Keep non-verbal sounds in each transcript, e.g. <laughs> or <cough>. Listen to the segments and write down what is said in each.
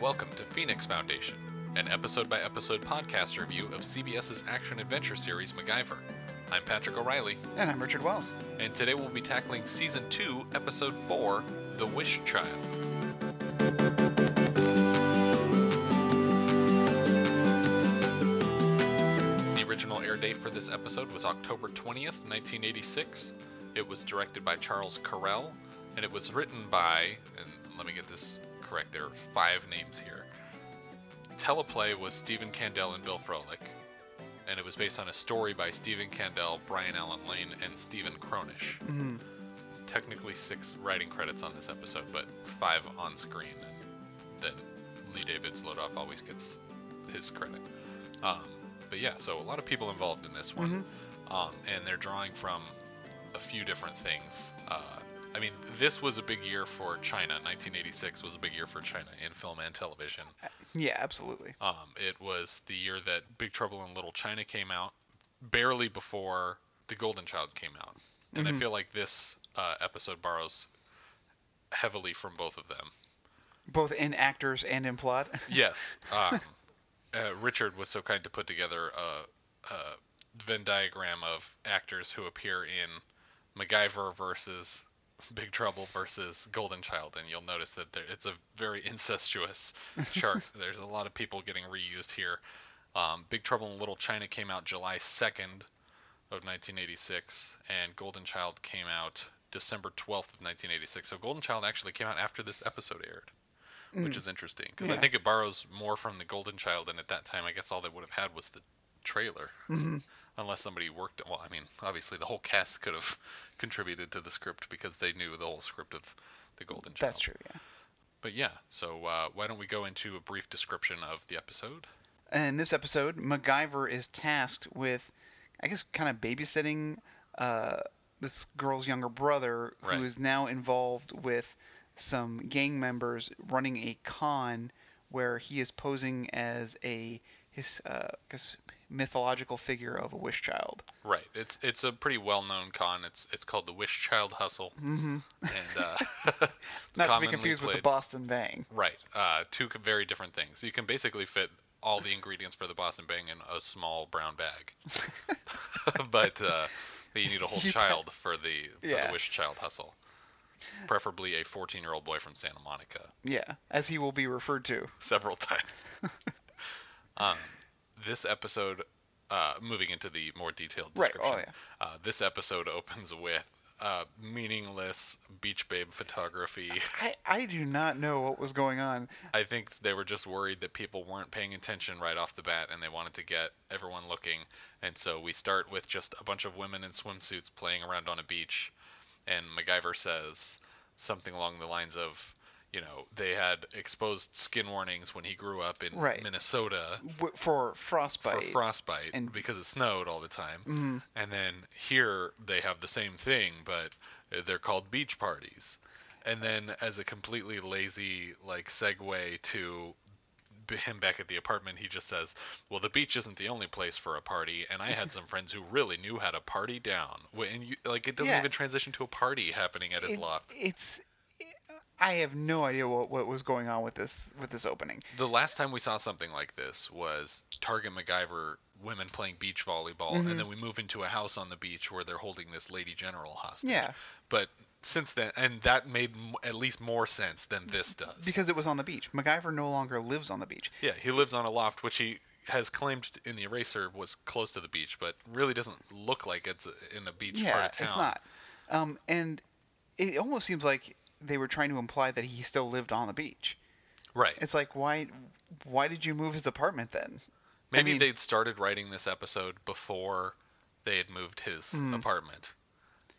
welcome to Phoenix Foundation, an episode by episode podcast review of CBS's action adventure series MacGyver. I'm Patrick O'Reilly, And I'm Richard Wells. and today we'll be tackling Season 2, Episode 4 The Wish Child. The original air date for this episode was October 20th, 1986. It was directed by Charles Carell, and it was written by, and let me get this correct, there are five names here. Teleplay was Stephen Candell and Bill Froelich, and it was based on a story by Stephen Candell, Brian Allen Lane, and Stephen Cronish. Technically six writing credits on this episode, but five on screen, and then Lee David Zlotoff always gets his credit. Um, but yeah, so a lot of people involved in this one, um, and they're drawing from a few different things. Uh, I mean, this was a big year for China. 1986 was a big year for China in film and television. Yeah, absolutely. Um, it was the year that Big Trouble in Little China came out, barely before The Golden Child came out. And I feel like this uh, episode borrows heavily from both of them. Both in actors and in plot. <laughs> Yes. Um, uh, Richard was so kind to put together a, a Venn diagram of actors who appear in MacGyver versus Big Trouble versus Golden Child, and you'll notice that there, it's a very <laughs> incestuous chart. There's a lot of people getting reused here. Um, Big Trouble in Little China came out July 2nd of 1986, and Golden Child came out December 12th of 1986. So Golden Child actually came out after this episode aired which is interesting because I Mm. Yeah. think it borrows more from the Golden Child, and at that time, I guess all they would have had was the trailer, Mm-hmm. unless somebody worked. Well, I mean, obviously the whole cast could have <laughs> contributed to the script because they knew the whole script of the Golden Child. That's true, yeah. But yeah, so uh, why don't we go into a brief description of the episode? In this episode, MacGyver is tasked with, I guess, kind of babysitting uh, this girl's younger brother Right. who is now involved with some gang members running a con where he is posing as a his uh, I guess, mythological figure of a wish child. Right. It's it's a pretty well known con. It's it's called the Wish Child Hustle, mm-hmm. and <laughs> uh, it's Not to be commonly confused with the played- Boston Bang. Right. Uh, two c- very different things. You can basically fit all the ingredients for the Boston Bang in a small brown bag, <laughs> but uh, you need a whole child for the, for Yeah. the wish child hustle, preferably a 14 year old boy from Santa Monica. Yeah, as he will be referred to. Several <laughs> times. um, this episode, uh, moving into the more detailed Right, description, oh, uh, this episode <laughs> opens with uh, meaningless beach babe photography. <laughs> I, I do not know what was going on. I think they were just worried that people weren't paying attention right off the bat and they wanted to get everyone looking. And so we start with just a bunch of women in swimsuits playing around on a beach. And MacGyver says something along the lines of, you know, they had exposed skin warnings when he grew up in Right. Minnesota W- for For frostbite. frostbite and- Mm-hmm. because it snowed all the time. And then here they have the same thing, but uh, they're called beach parties. And then as a completely lazy like segue to b- him back at the apartment, he just says, "Well, the beach isn't the only place for a party, and I <laughs> had some friends who really knew how to party down." Wh- And you, like it doesn't Yeah. even transition to a party happening at his It- loft. It's. I have no idea what, what was going on with this with this opening. The last time we saw something like this was Target MacGyver women playing beach volleyball, Mm-hmm. and then we move into a house on the beach where they're holding this lady general hostage. Yeah. But since then, and that made m- at least more sense than this does. Because it was on the beach. MacGyver no longer lives on the beach. yeah, he lives on a loft, which he has claimed in the eraser was close to the beach, but really doesn't look like it's in a beach part yeah, of town. it's not. Um, and it almost seems like they were trying to imply that he still lived on the beach. Right. It's like why why did you move his apartment then? I Maybe mean- they'd started writing this episode before they had moved his Hmm. apartment,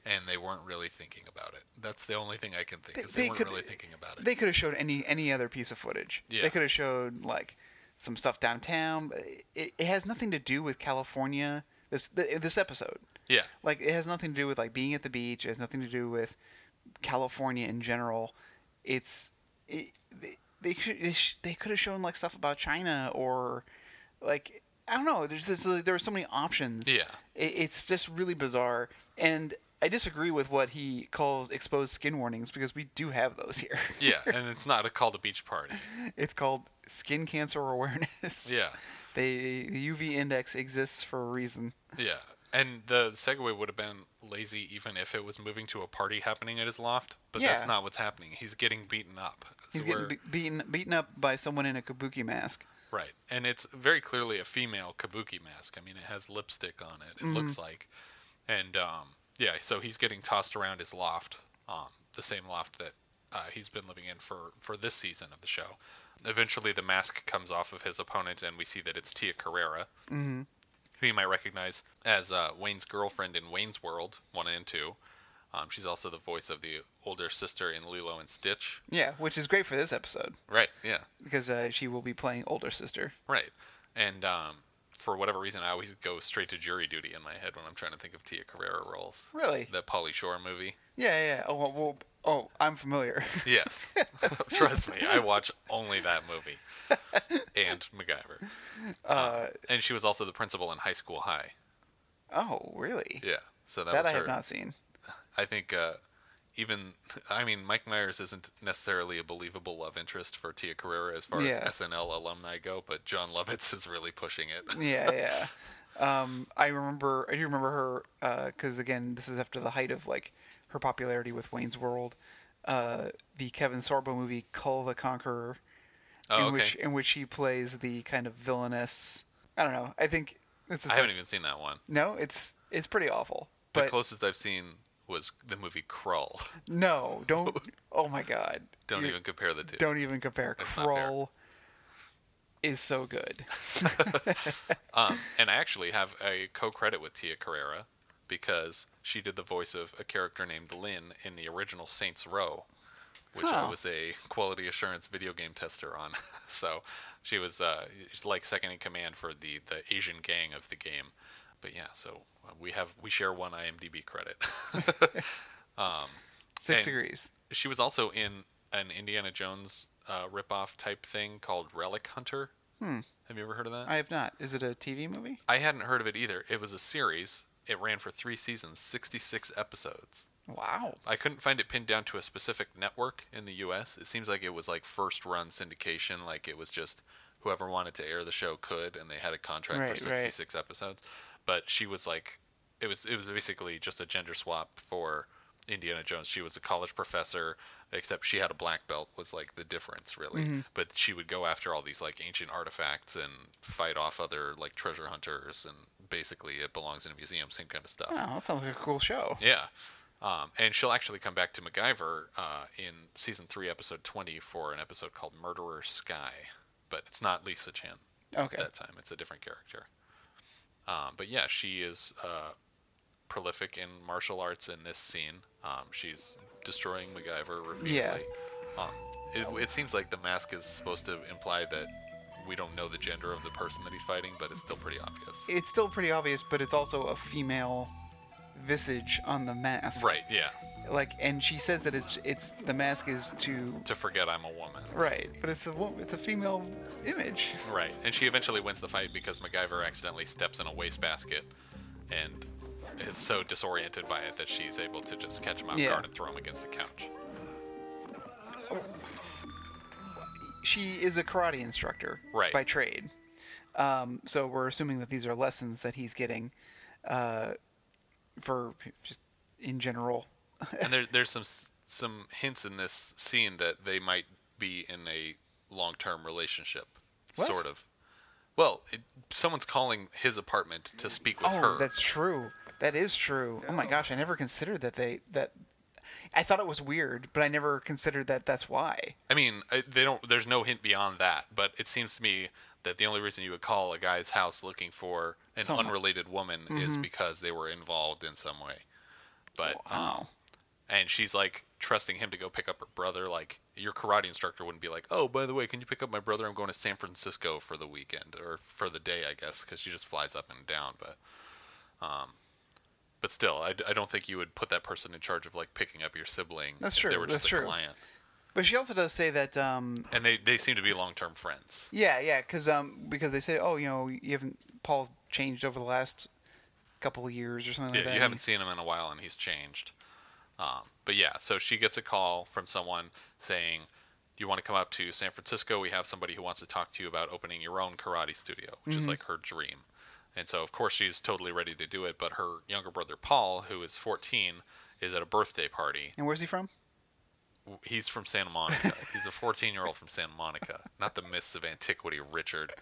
and they weren't really thinking about it. That's the only thing I can think. is they, they weren't could- really thinking about it. They could have showed any any other piece of footage. Yeah. They could have showed like some stuff downtown. but It, it has nothing to do with California. This th- this episode. yeah, Like it has nothing to do with like being at the beach. It has nothing to do with California in general. It's it, they they should they, sh- they could have shown like stuff about China or like I don't know. There's this, there were so many options. Yeah. It, it's just really bizarre and. I disagree with what he calls exposed skin warnings because we do have those here. <laughs> Yeah, and it's not a call to beach party. it's called skin cancer awareness. Yeah, They, the UV index exists for a reason. yeah. And the segue would have been lazy even if it was moving to a party happening at his loft, but that's Yeah. not what's happening. He's getting beaten up. So He's getting we're- be- beaten beaten up by someone in a kabuki mask. Right. And it's very clearly a female kabuki mask. I mean, it has lipstick on it, it looks like. And um, yeah, so he's getting tossed around his loft, um, the same loft that uh, he's been living in for, for this season of the show. Eventually, the mask comes off of his opponent, and we see that it's Tia Carrera, mm-hmm. who you might recognize as uh, Wayne's girlfriend in Wayne's World 1 and 2. Um, she's also the voice of the older sister in Lilo and Stitch. Yeah, which is great for this episode Right, yeah. because uh, she will be playing older sister. Right. And um, for whatever reason, I always go straight to jury duty in my head when I'm trying to think of Tia Carrera roles. Really? That Polly Shore movie. Yeah, yeah. yeah. Oh, well, well, oh, I'm familiar. <laughs> Yes. <laughs> Trust me, I watch only that movie. And MacGyver. Uh, and she was also the principal in High School High. oh, really? Yeah. So that, that was I her. have not seen. I think uh, even, I mean, Mike Myers isn't necessarily a believable love interest for Tia Carrera as far Yeah. as SNL alumni go, but John Lovitz is really pushing it. <laughs> Yeah, yeah. Um, I remember. I do remember her because again, this is after the height of like her popularity with Wayne's World, uh, the Kevin Sorbo movie Cull the Conqueror, Oh, in okay. which in which he plays the kind of villainous. I don't know. I think this is I haven't even seen that one. no. It's it's pretty awful. the But closest I've seen was the movie Krull. <laughs> no, don't. Oh my God. Don't You- even compare the two. Don't even compare. not fair. Kroll is so good. Um, and I actually have a co-credit with Tia Carrera because she did the voice of a character named Lynn in the original Saints Row, which I Huh. was a quality assurance video game tester on. <laughs> so she was uh, she's like second in command for the the Asian gang of the game. But yeah, so we have we share one IMDb credit. <laughs> Six And- degrees. she was also in an Indiana Jones uh, ripoff type thing called Relic Hunter. Have you ever heard of that? I have not. Is it a TV movie? I hadn't heard of it either. It was a series. It ran for three seasons, 66 episodes. Wow. I couldn't find it pinned down to a specific network in the U.S. It seems like it was like first run syndication, like it was just whoever wanted to air the show could, and they had a contract Right, right. for 66 episodes. But she was like, it was it was basically just a gender swap for Indiana Jones. She was a college professor, except she had a black belt was like the difference really. Mm-hmm. But she would go after all these like ancient artifacts and fight off other like treasure hunters, and basically it belongs in a museum, same kind of stuff. Oh, that sounds like a cool show. Yeah. Um, and she'll actually come back to MacGyver uh, in season three, episode 20, for an episode called Murderer Sky. But it's not Lisa Chan Okay. that time, it's a different character. Um, but yeah, she is uh, prolific in martial arts in this scene. Um, she's destroying MacGyver repeatedly. Um, it, it seems like the mask is supposed to imply that we don't know the gender of the person that he's fighting, but it's still pretty obvious. It's still pretty obvious, but it's also a female visage on the mask. Right, yeah. Like, and she says that it's it's the mask is to To forget I'm a woman. right, but it's a wo- it's a female image. Right, and she eventually wins the fight because MacGyver accidentally steps in a wastebasket and is so disoriented by it that she's able to just catch him off Yeah. guard and throw him against the couch. She is a karate instructor Right. by trade. Um, so we're assuming that these are lessons that he's getting uh, for just in general. And there, there's some s- some hints in this scene that they might be in a long-term relationship, What? sort of. Well, it, someone's calling his apartment to speak with Oh, her. that's true. That is true. Oh my gosh, I never considered that they that. I thought it was weird, but I never considered that that's why. I mean, I- they don't. There's no hint beyond that, but it seems to me that the only reason you would call a guy's house looking for an Someone. Mm-hmm. unrelated woman is because they were involved in some way. But um, Wow. and she's like trusting him to go pick up her brother. Like your karate instructor wouldn't be like, "Oh, by the way, can you pick up my brother? I'm going to San Francisco for the weekend or for the day, I guess," because she just flies up and down. But um, but still, I, I don't think you would put that person in charge of like picking up your sibling. That's if They true, were just that's a true. client. But she also does say that. Um, And they, they seem to be long term friends. yeah, yeah, because um, because they say, oh, you know, you haven't Paul's changed over the last couple years or something like Yeah, that. you haven't seen him in a while, and he's changed. Um, but yeah, so she gets a call from someone saying, "Do you want to come up to San Francisco? We have somebody who wants to talk to you about opening your own karate studio, which is like her dream." And so, of course, she's totally ready to do it. But her younger brother Paul, who is 14, is at a birthday party. And where's he from? He's from Santa Monica. he's a 14-year-old from Santa Monica, not the mists of antiquity, Richard.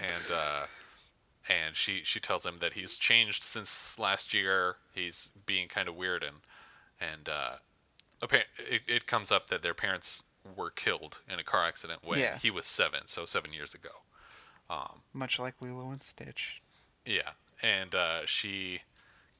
And uh, and she she tells him that he's changed since last year. He's being kind of weird and and uh, appa- it, it comes up that their parents were killed in a car accident when Yeah. he was seven, so seven years ago. Much like Lilo and Stitch. Yeah, and uh, she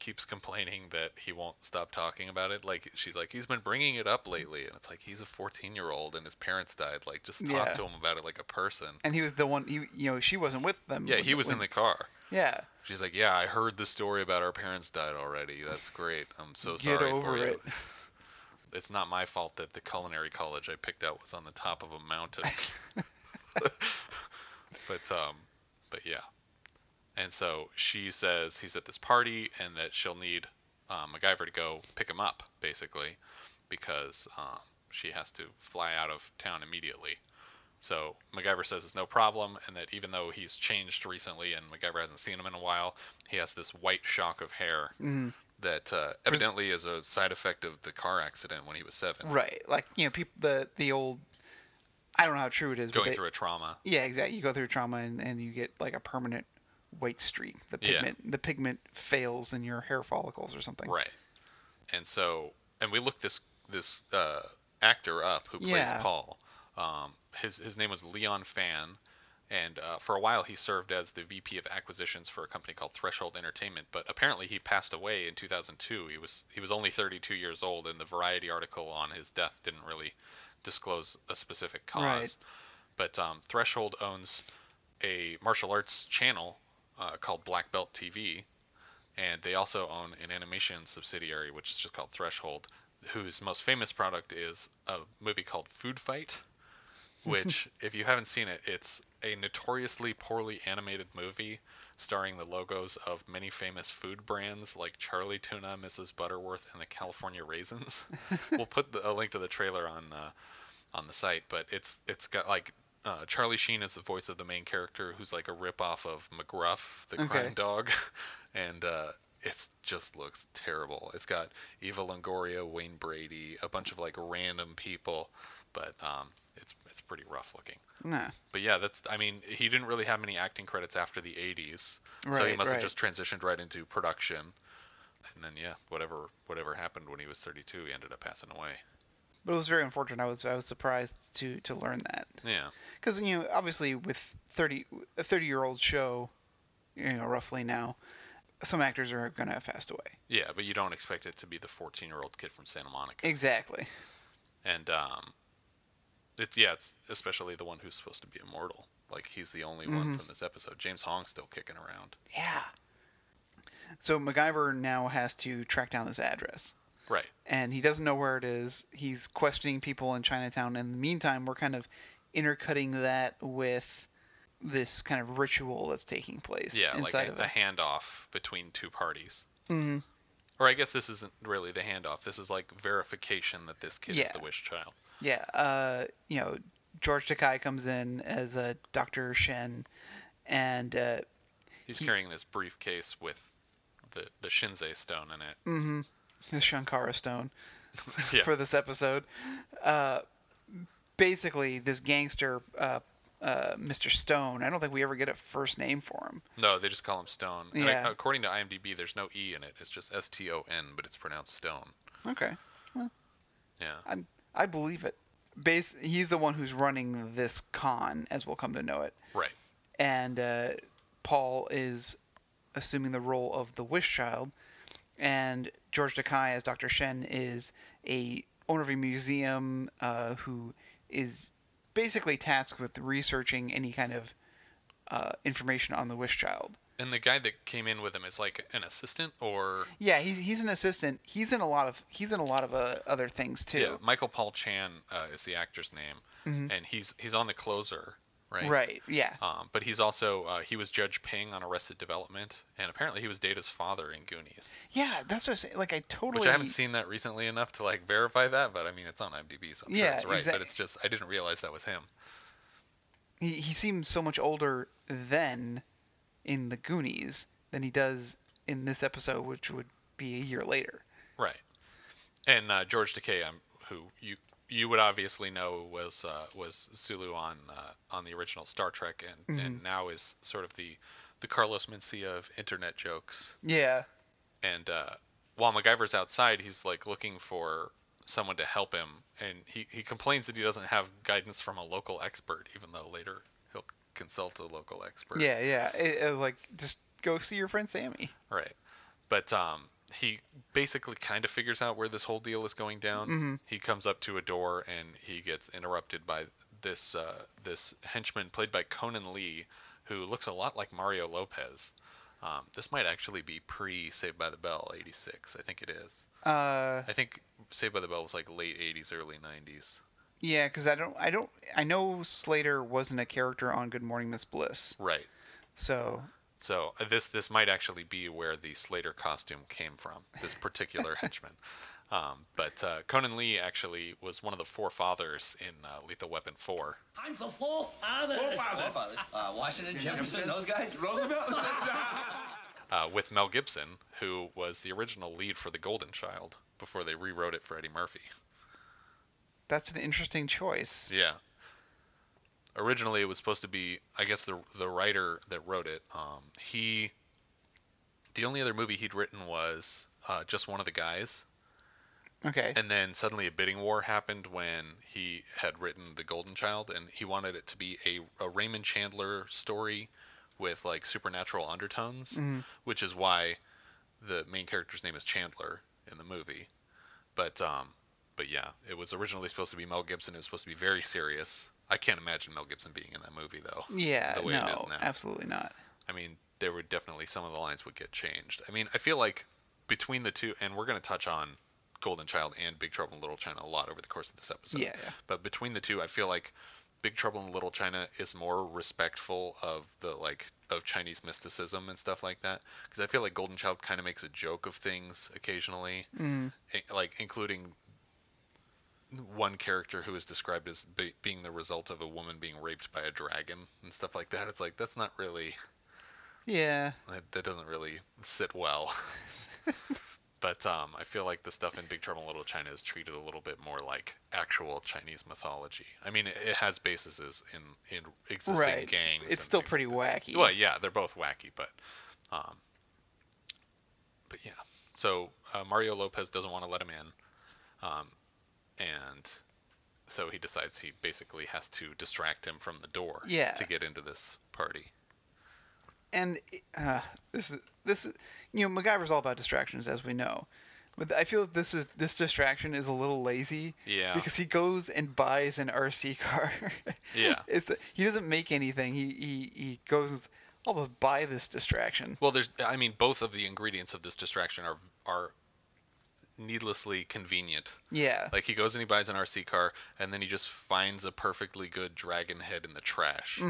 keeps complaining that he won't stop talking about it. Like she's like, he's been bringing it up lately, and it's like he's a 14 year old and his parents died. Like just talk Yeah. to him about it like a person. And he was the one. He, you know, she wasn't with them. Yeah, when- he was in when- the car. Yeah. She's like, yeah, I heard the story about our parents died already. That's great. I'm so Get sorry for over it. you. <laughs> It's not my fault that the culinary college I picked out was on the top of a <laughs> mountain. <laughs> but um, but yeah. And so she says he's at this party and that she'll need uh, MacGyver to go pick him up, basically, because um, she has to fly out of town immediately. So MacGyver says it's no problem, and that even though he's changed recently and MacGyver hasn't seen him in a while, he has this white shock of hair Mm-hmm. that uh, evidently is a side effect of the car accident when he was seven, Right. Like you know, people the the old. I don't know how true it is. but going they- through a trauma. Yeah, exactly. You go through trauma and, and you get like a permanent white streak. The Yeah. pigment the pigment fails in your hair follicles or something. Right. And so, and we looked this this uh, actor up who plays Yeah. Paul. Um, his his name was Leon Fan, and uh, for a while he served as the VP of acquisitions for a company called Threshold Entertainment. But apparently he passed away in 2002. He was he was only 32 years old, and the Variety article on his death didn't really disclose a specific cause. Right. But um, Threshold owns a martial arts channel uh, called Black Belt TV, and they also own an animation subsidiary which is just called Threshold, whose most famous product is a movie called Food Fight, which if you haven't seen it, it's a notoriously poorly animated movie starring the logos of many famous food brands like Charlie Tuna, Mrs. Butterworth, and the California Raisins. we'll put the, a link to the trailer on uh, on the site, but it's it's got like uh, Charlie Sheen is the voice of the main character, who's like a ripoff of McGruff, the crime Okay. dog, <laughs> and uh, it's just looks terrible. It's got Eva Longoria, Wayne Brady, a bunch of like random people, but um, it's it's pretty rough looking. Nah. But yeah, that's I mean he didn't really have many acting credits after the '80s, so he Right, must have right. just transitioned right into production. And then yeah, whatever whatever happened when he was 32, he ended up passing away. But it was very unfortunate. I was I was surprised to to learn that Yeah, because you know obviously with 30 a 30 year old show, you know roughly now, some actors are gonna have passed away. yeah, but you don't expect it to be the 14 year old kid from Santa Monica. Exactly. and um, it's yeah, it's especially the one who's supposed to be immortal. Like he's the only Mm-hmm. one from this episode. James Hong's still kicking around. Yeah. So MacGyver now has to track down this address. Right. and he doesn't know where it is. He's questioning people in Chinatown. In the meantime, we're kind of intercutting that with this kind of ritual that's taking place Yeah, inside like of a, a it. handoff between two parties. Mm-hmm. Or I guess this isn't really the handoff. This is like verification that this kid is Yeah. the wish child. Yeah, uh, you know, George Takai comes in as a Doctor Shen, and uh, He's carrying this briefcase with the the Shinze stone in it. Mm. the Shankara Stone Yeah. for this episode. Uh, basically, this gangster, uh, uh, Mr. Stone. I don't think we ever get a first name for him. No, they just call him Stone. And I- Yeah. according to IMDb, there's no e in it. It's just S T O N, but it's pronounced Stone. Okay. Yeah. I I believe it. Base he's the one who's running this con, as we'll come to know it, Right. and uh, Paul is assuming the role of the wish child, and George Takai as Dr. Shen is a owner of a museum uh, who is basically tasked with researching any kind of uh, information on the wish child. And the guy that came in with him is like an assistant or Yeah, he's, he's an assistant. He's in a lot of he's in a lot of uh, other things too. Yeah, Michael Paul Chan uh, is the actor's name, and he's he's on the closer, right? Right. Yeah. Um, but he's also uh, he was Judge Ping on Arrested Development, and apparently he was Data's father in Goonies, Yeah. That's what I'm saying. Like I totally. which I haven't seen that recently enough to like verify that. But I mean, it's on IMDb, so I'm Yeah, sure it's right. exact- But it's just I didn't realize that was him. He he seems so much older then in the Goonies than he does in this episode, which would be a year later. Right. And uh, George Takei, um, who you you would obviously know was uh, was Zulu on uh, on the original Star Trek, and, and now is sort of the the Carlos Mencia of internet jokes. Yeah. And uh, while MacGyver's outside, he's like looking for someone to help him, and he, he complains that he doesn't have guidance from a local expert, even though later he'll consult a local expert. Yeah. Yeah. It- it, like just go see your friend Sammy. Right. But um, he basically kind of figures out where this whole deal is going down. He comes up to a door and he gets interrupted by this uh, this henchman played by Conan Lee, who looks a lot like Mario Lopez. Um, this might actually be pre Saved by the Bell '86. I think it is. Uh. I think Saved by the Bell was like late '80s, early '90s. Yeah, because I don't, I don't, I know Slater wasn't a character on Good Morning Miss Bliss, Right. so So uh, this this might actually be where the Slater costume came from. This particular henchman. Um, but uh, Conan Lee actually was one of the forefathers in uh, Lethal Weapon Four. I'm for four others. Uh, Washington, Jefferson, those guys. Roosevelt? uh, with Mel Gibson, who was the original lead for The Golden Child before they rewrote it for Eddie Murphy. that's an interesting choice. Yeah. Originally, it was supposed to be, I guess, the the writer that wrote it. Um, he, the only other movie he'd written was uh, just one of the guys, Okay, and then suddenly a bidding war happened when he had written The Golden Child, and he wanted it to be a, a Raymond Chandler story with like supernatural undertones, which is why the main character's name is Chandler in the movie. But um, but yeah, it was originally supposed to be Mel Gibson. It was supposed to be very serious. I can't imagine Mel Gibson being in that movie though. yeah, the way no, it is now. absolutely not. I mean, there would definitely some of the lines would get changed. I mean, I feel like between the two, and we're going to touch on Golden Child and Big Trouble in Little China a lot over the course of this episode. Yeah, yeah. But between the two, I feel like Big Trouble in Little China is more respectful of the like of Chinese mysticism and stuff like that. Because I feel like Golden Child kind of makes a joke of things occasionally, Mm. i- like including one character who is described as be- being the result of a woman being raped by a dragon and stuff like that. It's like that's not really Yeah, that, that doesn't really sit well. <laughs> but um, I feel like the stuff in Big Trouble in Little China is treated a little bit more like actual Chinese mythology. I mean, it, it has bases in in existing right. gangs. and it's still things pretty wacky. well, yeah, they're both wacky, but, um, but yeah. So uh, Mario Lopez doesn't want to let him in, um, and so he decides he basically has to distract him from the door Yeah. to get into this party. and uh, this is this is you know MacGyver's all about distractions as we know, but I feel that this is this distraction is a little lazy. Yeah. Because he goes and buys an RC car. <laughs> Yeah. It's he doesn't make anything. He he he goes. and s- I'll just buy this distraction. Well, there's, I mean, both of the ingredients of this distraction are are needlessly convenient. Yeah. Like he goes and he buys an RC car, and then he just finds a perfectly good dragon head in the trash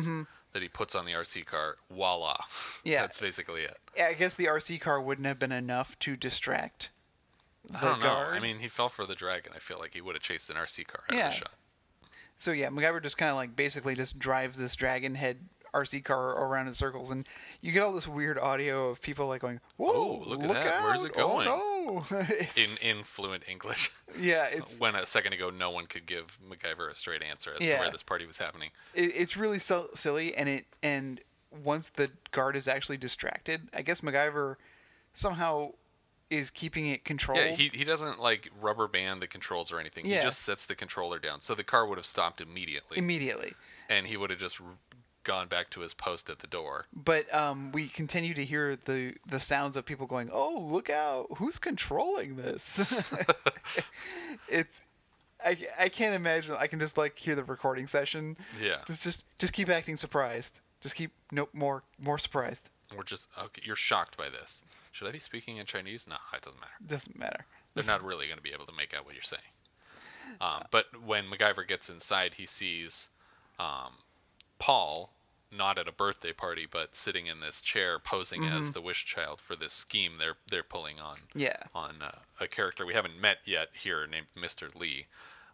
that he puts on the RC car. Voila. Mm-hmm. Yeah. that's basically it. Yeah, I guess the RC car wouldn't have been enough to distract. The I don't know. guard. I mean, he fell for the dragon. I feel like he would have chased an RC car out Yeah. of the shot. so yeah, MacGyver just kind of like basically just drives this dragon head RC car around in circles, and you get all this weird audio of people like going, "Whoa, Oh, look at that. Out. Where's it going?" Oh no! <laughs> It's- In in fluent English, yeah, it's when a second ago no one could give MacGyver a straight answer as Yeah. to where this party was happening. it, it's really so silly, and it and once the guard is actually distracted, I guess MacGyver somehow is keeping it controlled. Yeah, he, he doesn't like rubber band the controls or anything. Yeah. He just sets the controller down. So the car would have stopped immediately, immediately. and he would have just r- gone back to his post at the door. But um, we continue to hear the the sounds of people going, "Oh, look out! Who's controlling this?" <laughs> it's I, I can't imagine. I can just like hear the recording session. Yeah. Just just just keep acting surprised. Just keep no more more surprised. We're just, okay, you're shocked by this. Should I be speaking in Chinese? No, it doesn't matter. Doesn't matter. They're not really going to be able to make out what you're saying. Um, but when MacGyver gets inside, he sees um, Paul, not at a birthday party, but sitting in this chair posing as the wish child for this scheme they're they're pulling on Yeah. on uh, a character we haven't met yet here named Mr. Lee,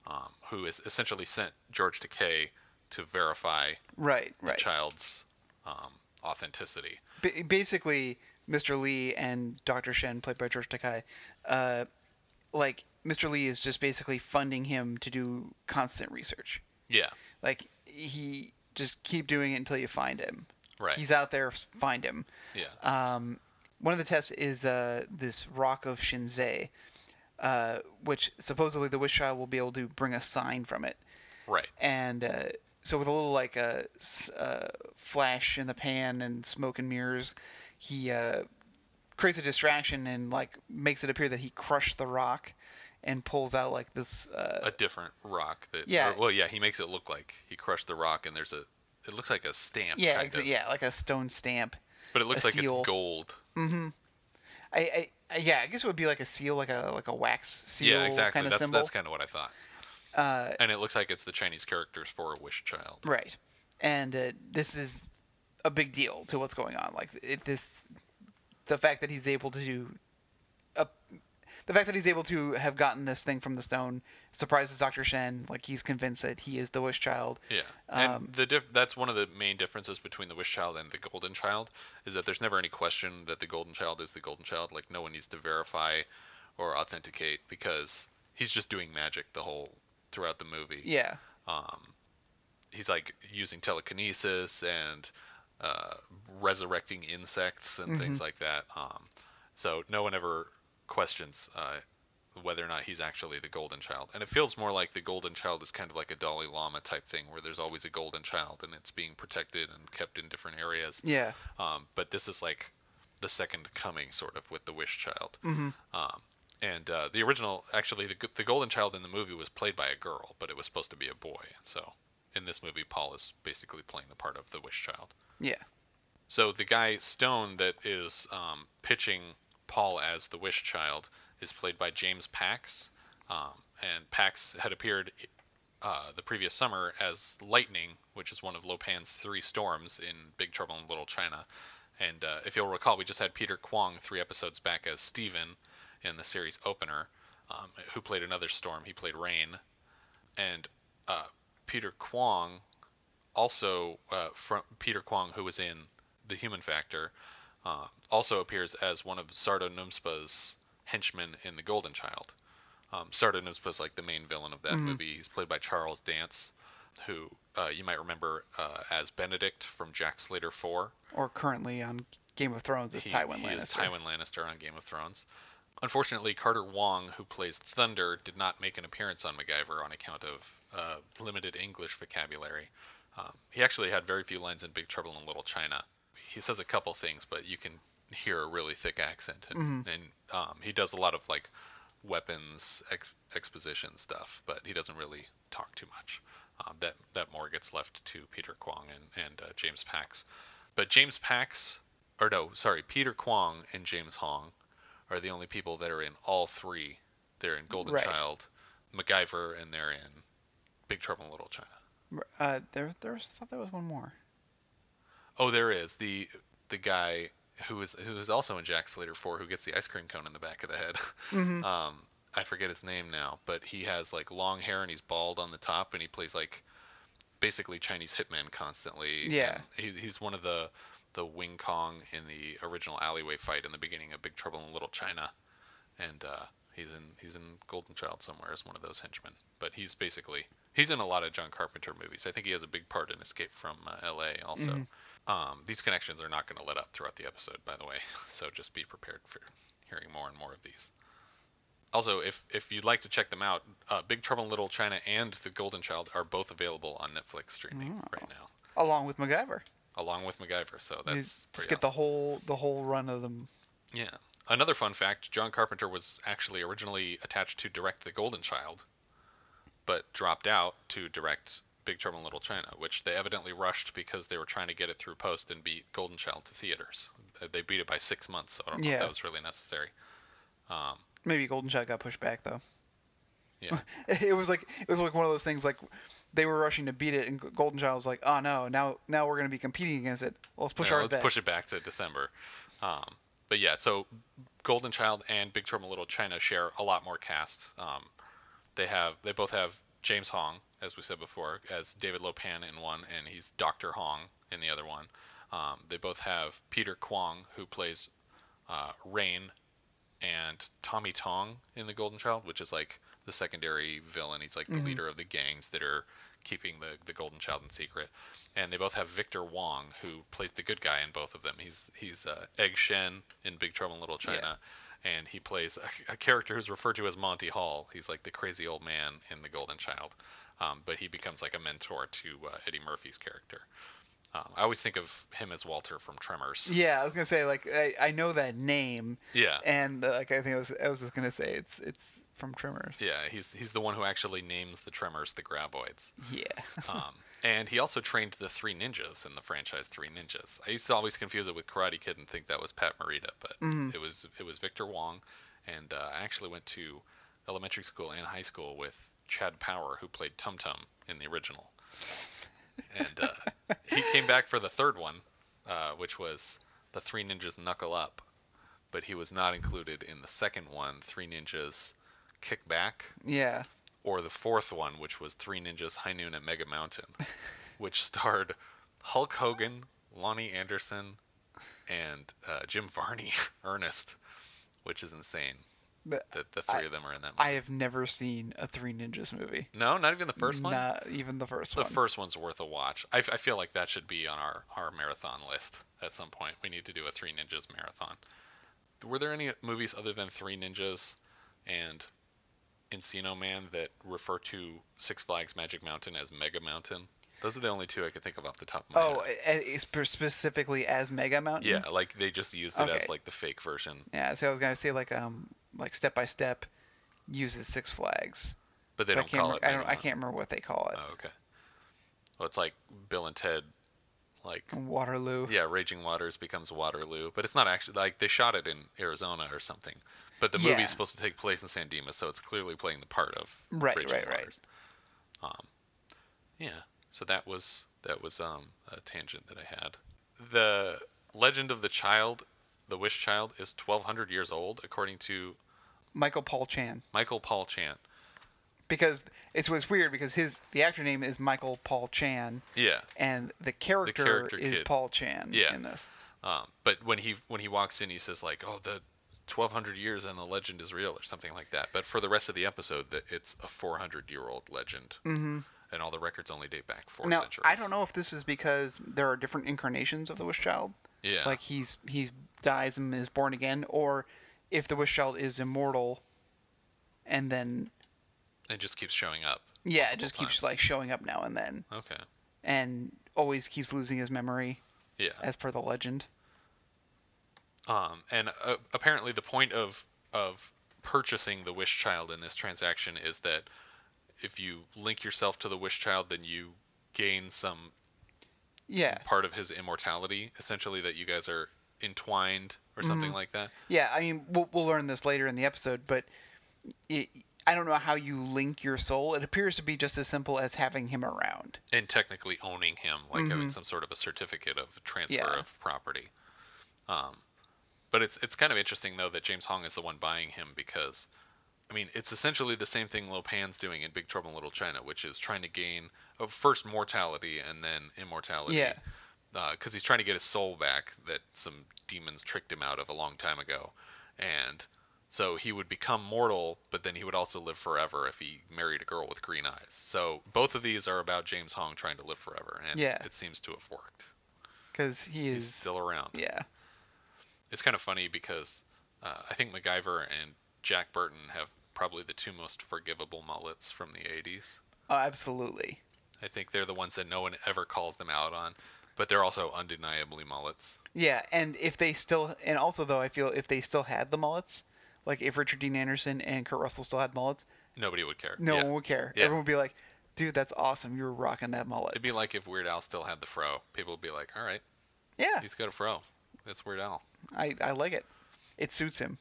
um, who is essentially sent George Takei to verify Right, right. the child's um, authenticity. ba- basically Mr. Lee and Dr. Shen, played by George Takai, uh, like Mr. Lee is just basically funding him to do constant research. Yeah, Like he just keep doing it until you find him. Right. He's out there. s- Find him. yeah, Uh, One of the tests is uh, this rock of Shinzei, uh, which supposedly the wish child will be able to bring a sign from it right. and uh, so with a little like a uh, flash in the pan and smoke and mirrors, he uh, creates a distraction and like makes it appear that he crushed the rock, and pulls out like this. Uh, a different rock that. Yeah. or- well, yeah, he makes it look like he crushed the rock, and there's a. It looks like a stamp. yeah, kind exa- of, yeah, like a stone stamp. But it looks a like seal. it's gold. I, I, I yeah, I guess it would be like a seal, like a like a wax seal. yeah, exactly. Kind of that's symbol. Uh, that's kind of what I thought. and it looks like it's the Chinese characters for a wish child. Right. And uh, this is a big deal to what's going on. Like it, this, the fact that he's able to, do, uh, the fact that he's able to have gotten this thing from the stone surprises Doctor Shen. Like he's convinced that he is the Wish Child. Yeah, and the diff- that's one of the main differences between the Wish Child and the Golden Child is that there's never any question that the Golden Child is the Golden Child. Like no one needs to verify or authenticate because he's just doing magic the whole throughout the movie. Yeah. he's like using telekinesis and uh, resurrecting insects and things like that. Um, so no one ever questions uh, whether or not he's actually the golden child. And it feels more like the golden child is kind of like a Dalai Lama type thing, where there's always a golden child and it's being protected and kept in different areas. Yeah. Um, but this is like the second coming, sort of, with the Wish Child. Mm-hmm. Um, and uh, the original, actually, the, g- the Golden Child in the movie was played by a girl, but it was supposed to be a boy. And so in this movie, Paul is basically playing the part of the Wish Child. Yeah. So the guy Stone that is um, pitching Paul as the Wish Child is played by James Pax, um, and Pax had appeared uh, the previous summer as Lightning, which is one of Lopan's three storms in Big Trouble in Little China. And uh, if you'll recall, we just had Peter Kwong three episodes back as Steven in the series opener, um, who played another storm. He played Rain, and uh, Peter Kwong also uh, from Peter Kwong, who was in The Human Factor, uh, also appears as one of Sardo Numspa's henchmen in The Golden Child. Um, Sardo Numspa's like the main villain of that Mm-hmm. movie. He's played by Charles Dance, who uh, you might remember uh, as Benedict from Jack Slater 4 Or currently on Game of Thrones is he, Tywin he Lannister. is Tywin Lannister on Game of Thrones. Unfortunately, Carter Wong, who plays Thunder, did not make an appearance on MacGyver on account of uh, limited English vocabulary. Um, he actually had very few lines in Big Trouble in Little China. He says a couple things, but you can hear a really thick accent, and, and um, he does a lot of like weapons ex- exposition stuff, but he doesn't really talk too much. Um, that that more gets left to Peter Kwong and and uh, James Pax, but James Pax, or no, sorry, Peter Kwong and James Hong are the only people that are in all three. They're in Golden Right. Child, MacGyver, and they're in Big Trouble in Little China. Uh, there, there was, thought there was one more. Oh, there is the the guy who is who is also in Jack Slater Four, who gets the ice cream cone in the back of the head. <laughs> um, I forget his name now, but he has like long hair and he's bald on the top, and he plays like basically Chinese hitman constantly. Yeah. and he, he's one of the the Wing Kong in the original alleyway fight in the beginning of Big Trouble in Little China, and uh, he's in he's in Golden Child somewhere as one of those henchmen. But he's basically he's in a lot of John Carpenter movies. I think he has a big part in Escape from uh, L.A. Also, um, these connections are not going to let up throughout the episode, by the way. <laughs> So just be prepared for hearing more and more of these. Also, if if you'd like to check them out, uh, Big Trouble in Little China and The Golden Child are both available on Netflix streaming right now, Along with MacGyver, along with MacGyver. So Oh. You that's just pretty get the awesome. whole the whole run of them. Yeah. Another fun fact: John Carpenter was actually originally attached to direct The Golden Child, but dropped out to direct Big Trouble in Little China, which they evidently rushed because they were trying to get it through post and beat Golden Child to theaters. Uh, They beat it by six months, so I don't know Yeah. if that was really necessary. Maybe Golden Child got pushed back though. <laughs> Yeah. it was like it was like one of those things like they were rushing to beat it, and Golden Child was like, "Oh no, now now we're going to be competing against it. Let's push Yeah, our let's bet." push it back to December. Um, but yeah, so Golden Child and Big Trouble in Little China share a lot more cast. Um, they have they both have James Hong, as we said before, as David Lopan in one, and he's Doctor Hong in the other one. Um, they both have Peter Kwong, who plays uh, Rain, and Tommy Tong in the Golden Child, which is like the secondary villain. He's like the leader of the gangs that are keeping the, the Golden Child in secret. And they both have Victor Wong, who plays the good guy in both of them. He's he's uh, Egg Shen in Big Trouble in Little China, and he plays a, a character who's referred to as Monty Hall. He's like the crazy old man in the Golden Child, um, but he becomes like a mentor to uh, Eddie Murphy's character. Um, I always think of him as Walter from Tremors. <laughs> Yeah, I was gonna say like I, I know that name. Yeah. And uh, like I think I was I was just gonna say it's it's from Tremors. Yeah, he's he's the one who actually names the Tremors the Graboids. Yeah. <laughs> Um, and he also trained the Three Ninjas in the franchise Three Ninjas. I used to always confuse it with Karate Kid and think that was Pat Morita, but it was it was Victor Wong. And uh, I actually went to elementary school and high school with Chad Power, who played Tum Tum in the original. And uh, he came back for the third one, uh, which was the Three Ninjas Knuckle Up, but he was not included in the second one, Three Ninjas Kick Back Yeah. or the fourth one, which was Three Ninjas High Noon at Mega Mountain, <laughs> which starred Hulk Hogan, Lonnie Anderson, and uh, Jim Varney, <laughs> Ernest, which is insane But that the three of them are in that movie. I have never seen a Three Ninjas movie. no, not even the first one. Not even the first the one. first one's worth a watch. I, f- I feel like that should be on our, our marathon list at some point. We need to do a Three Ninjas marathon. Were there any movies other than Three Ninjas and Encino Man that refer to Six Flags Magic Mountain as Mega Mountain? Those are the only two I can think of off the top of my oh, head. a- a- spe- specifically as Mega Mountain. Yeah, like they just used it as Okay. like the fake version. Yeah. So I was gonna say like um like Step by Step uses Six Flags. But they But I don't can't. call rem- it I Mega don't. I Mountain. can't remember what they call it. Oh, okay. Well, it's like Bill and Ted, like Waterloo. Uh, Yeah, Raging Waters becomes Waterloo, but it's not actually like they shot it in Arizona or something. But the Yeah. movie's supposed to take place in San Dimas, so it's clearly playing the part of Right, Raging right, right. Waters. Um, yeah. So that was that was um, a tangent that I had. The legend of the child, the wish child, is 1,200 years old according to Michael Paul Chan. Michael Paul Chant. Because it's what's weird because his the actor name is Michael Paul Chan. Yeah. and the character, character is kid. Paul Chan Yeah. in this. Um, but when he when he walks in, he says like, "Oh, the 1,200 years and the legend is real," or something like that. But for the rest of the episode, that it's a 400 year old legend, mm-hmm. and all the records only date back four Now centuries. I don't know if this is because there are different incarnations of the Wish Child. Yeah. like he's he's dies and is born again, or if the Wish Child is immortal, and then It just keeps showing up. yeah, it just Multiple keeps times. like showing up now and then, Okay. and always keeps losing his memory, Yeah. as per the legend. Um, and uh, apparently, the point of of purchasing the wish child in this transaction is that if you link yourself to the wish child, then you gain some Yeah, part of his immortality. Essentially, that you guys are entwined or something Mm-hmm. like that. yeah. I mean, we'll we'll learn this later in the episode, but it, I don't know how you link your soul. It appears to be just as simple as having him around. and technically owning him, like having some sort of a certificate of transfer Mm-hmm. Yeah. of property. Um, but it's it's kind of interesting though that James Hong is the one buying him because, I mean, it's essentially the same thing Lopan's doing in Big Trouble in Little China, which is trying to gain uh, first mortality and then immortality. Yeah. Because uh, he's trying to get his soul back that some demons tricked him out of a long time ago, and so he would become mortal, but then he would also live forever if he married a girl with green eyes. So both of these are about James Hong trying to live forever, and Yeah. it seems to have worked. Because he He's is, still around. yeah. It's kind of funny because uh, I think MacGyver and Jack Burton have probably the two most forgivable mullets from the 80s. Oh, absolutely. I think they're the ones that no one ever calls them out on, but they're also undeniably mullets. Yeah, and if they still, and also though, I feel if they still had the mullets, like if Richard Dean Anderson and Kurt Russell still had mullets, Nobody would care. no Yeah. one would care. Yeah. Everyone would be like, "Dude, that's awesome! You were rocking that mullet." It'd be like if Weird Al still had the fro. People would be like, all right, yeah, he's got a fro. That's Weird Al. I I like it. It suits him.